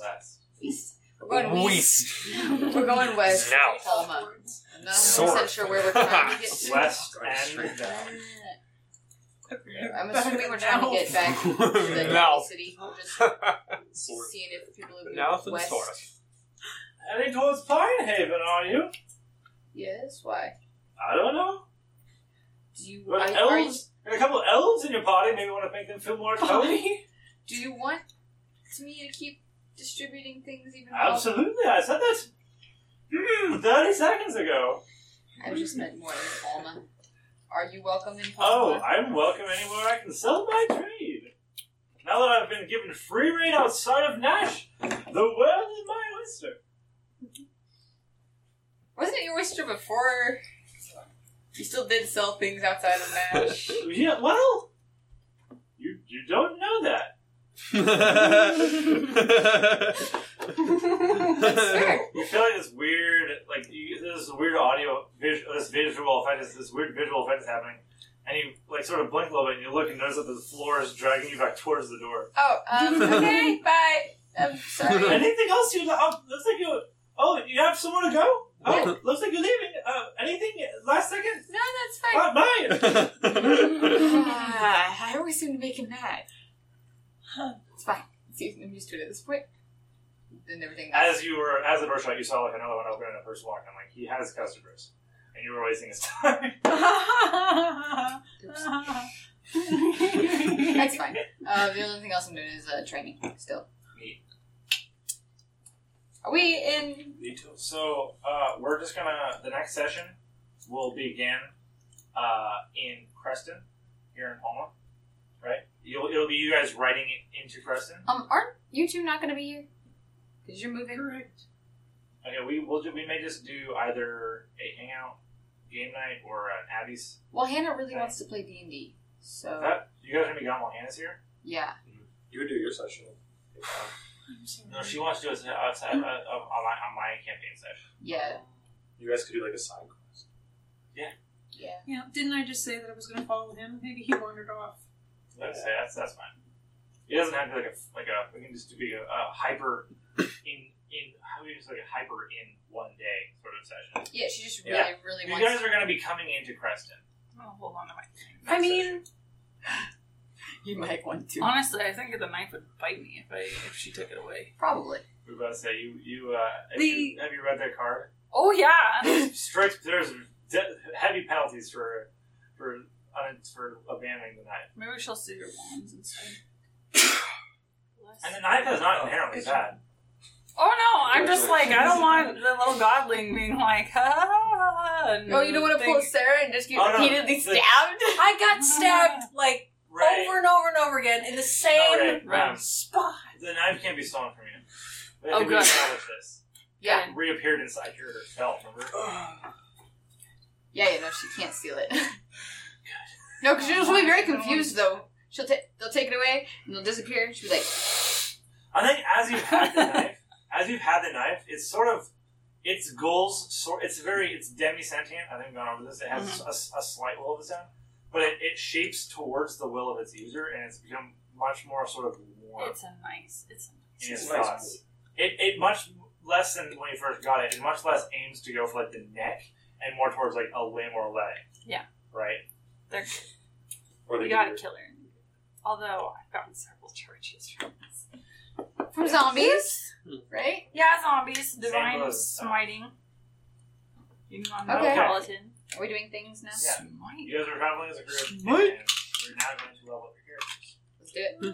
S1: less.
S3: East. We're going west.
S4: (laughs)
S1: (laughs)
S3: We're going west.
S4: Now.
S3: Alma. I'm not 100%
S4: Sword.
S1: (laughs)
S3: sure where we're trying to get to.
S1: West
S7: Going
S1: and
S7: straight
S1: down.
S3: I'm assuming we're trying to get back to
S1: (laughs)
S3: (laughs) the
S4: Mouth.
S3: city. We're just seeing if people live
S4: Mouth and
S3: west.
S4: source.
S1: Heading towards Pinehaven, are you?
S3: Yes. Why?
S1: I don't know.
S3: Do you,
S1: But
S3: I- are you
S1: elves, there are a couple of elves in your party. Maybe want to make them feel
S3: (laughs)
S1: more at home.
S3: Party? Do you want me to keep distributing things even? while-
S1: Absolutely, I said that. Hmm, thirty seconds ago.
S3: I just meant more in Palma. Are you welcome in
S1: Oh,
S3: Palma?
S1: I'm welcome anywhere I can sell my trade. Now that I've been given free reign outside of Nash, the world is my oyster.
S3: Wasn't it your oyster before? You still did sell things outside of Nash.
S1: Yeah, well, you you don't know that. You feel like this weird, like you, there's this weird audio, vis- this visual effect, is this weird visual effect is happening, and you like sort of blink a little bit, and you look and notice that the floor is dragging you back towards the door.
S3: Oh, um, okay, bye. I'm
S1: (laughs)
S3: sorry.
S1: Anything else you? Oh, looks like you. Oh, you have somewhere to go. Oh, looks like you're leaving. Uh, anything? Last second?
S3: No, that's fine.
S1: Not mine.
S3: (laughs) ah, I always seem to make him mad. It's fine. See, I'm used to it at this point. And everything. else.
S1: As you were, as the door shut, you saw like another one open and a person walk, and like he has customers, and you were wasting his time.
S3: That's fine. Uh, the only thing else I'm doing is uh, training still.
S1: Neat.
S3: Are we in?
S1: So uh, we're just gonna. The next session will begin uh, in Creston, here in Palma, right? You'll, it'll be you guys riding it into Creston.
S3: Um, aren't you two not going to be here? Because you're moving.
S1: Correct. Okay, we will. We may just do either a hangout game night or an Abby's.
S3: Well, Hannah really wants to play D and D, so
S1: That you guys are gonna be gone while Hannah's here.
S3: yeah.
S7: You would do your session.
S1: No, she wants to do a, a, a, a, a, on my- on my campaign session.
S3: Yeah.
S7: You guys could do like a side quest.
S3: Yeah.
S15: Yeah, didn't I just say that I was going to follow him? Maybe he wandered off.
S1: That's, that's that's fine. It doesn't have to be like a like a. We can just do be a, a hyper in in how do you just like a hyper in one day sort of session.
S3: Yeah, she just really,
S1: Yeah.
S3: really
S1: You
S3: wants.
S1: guys are gonna be coming into Creston.
S2: Oh, hold on to my
S1: next
S2: I mean,
S8: (sighs)
S3: You might want to.
S2: honestly, I think the knife would bite me if I if she took it away.
S3: Probably.
S1: session. We were about to say you you uh have,
S2: The-
S1: you, have you read
S2: (coughs)
S1: that card?
S2: Oh yeah.
S1: Strict. There's de- heavy penalties for for uh, for abandoning the knife,
S2: Maybe she'll see your wands instead.
S1: and the knife is not inherently bad.
S2: Oh no, I'm just like I don't want the little godling being like, "Ah, ha ha ha. ha," and
S8: Oh, you don't want to pull
S2: think-
S8: Sarah and just get
S1: Oh, no.
S8: repeatedly
S1: The-
S8: stabbed? I got stabbed
S6: (laughs)
S8: like
S1: Right.
S8: over and over and over again in the
S1: Not
S8: same
S1: right. Um,
S8: spot.
S1: the knife can't be stolen from you. But I
S2: Oh,
S1: think we
S2: good.
S1: established This.
S3: Yeah.
S1: It reappeared inside your belt. Remember?
S3: Yeah, yeah, no, she can't steal it. no, because she'll be very confused though. She'll ta- they'll take it away and they'll disappear. and She'll be like,
S1: I think as you've had the knife, as you've had the knife, it's sort of its goals. Sort it's very it's demi sentient. I think we've gone over this. It has a s a a, slight will of its own, but it, it shapes towards the will of its user, and it's become much more sort of warm
S2: It's a nice. It's a nice.
S1: in its
S7: Nice.
S1: thoughts. It it much less than when you first got it. It much less aims to go for like the neck and more towards like a limb or leg.
S2: Yeah.
S1: Right.
S2: They're,
S7: Or
S2: we
S7: they
S2: got a
S7: could do-
S2: killer. Although I've gotten several charges from this.
S3: from zombies, right?
S2: Yeah, zombies, divine
S1: blood.
S2: smiting. You know, I'm
S3: Okay.
S2: a skeleton.
S3: Are we doing things now?
S1: Yeah.
S2: Smite.
S1: You guys are traveling as a group,
S2: Smite.
S1: and we're now going to level up your characters.
S3: Let's do it.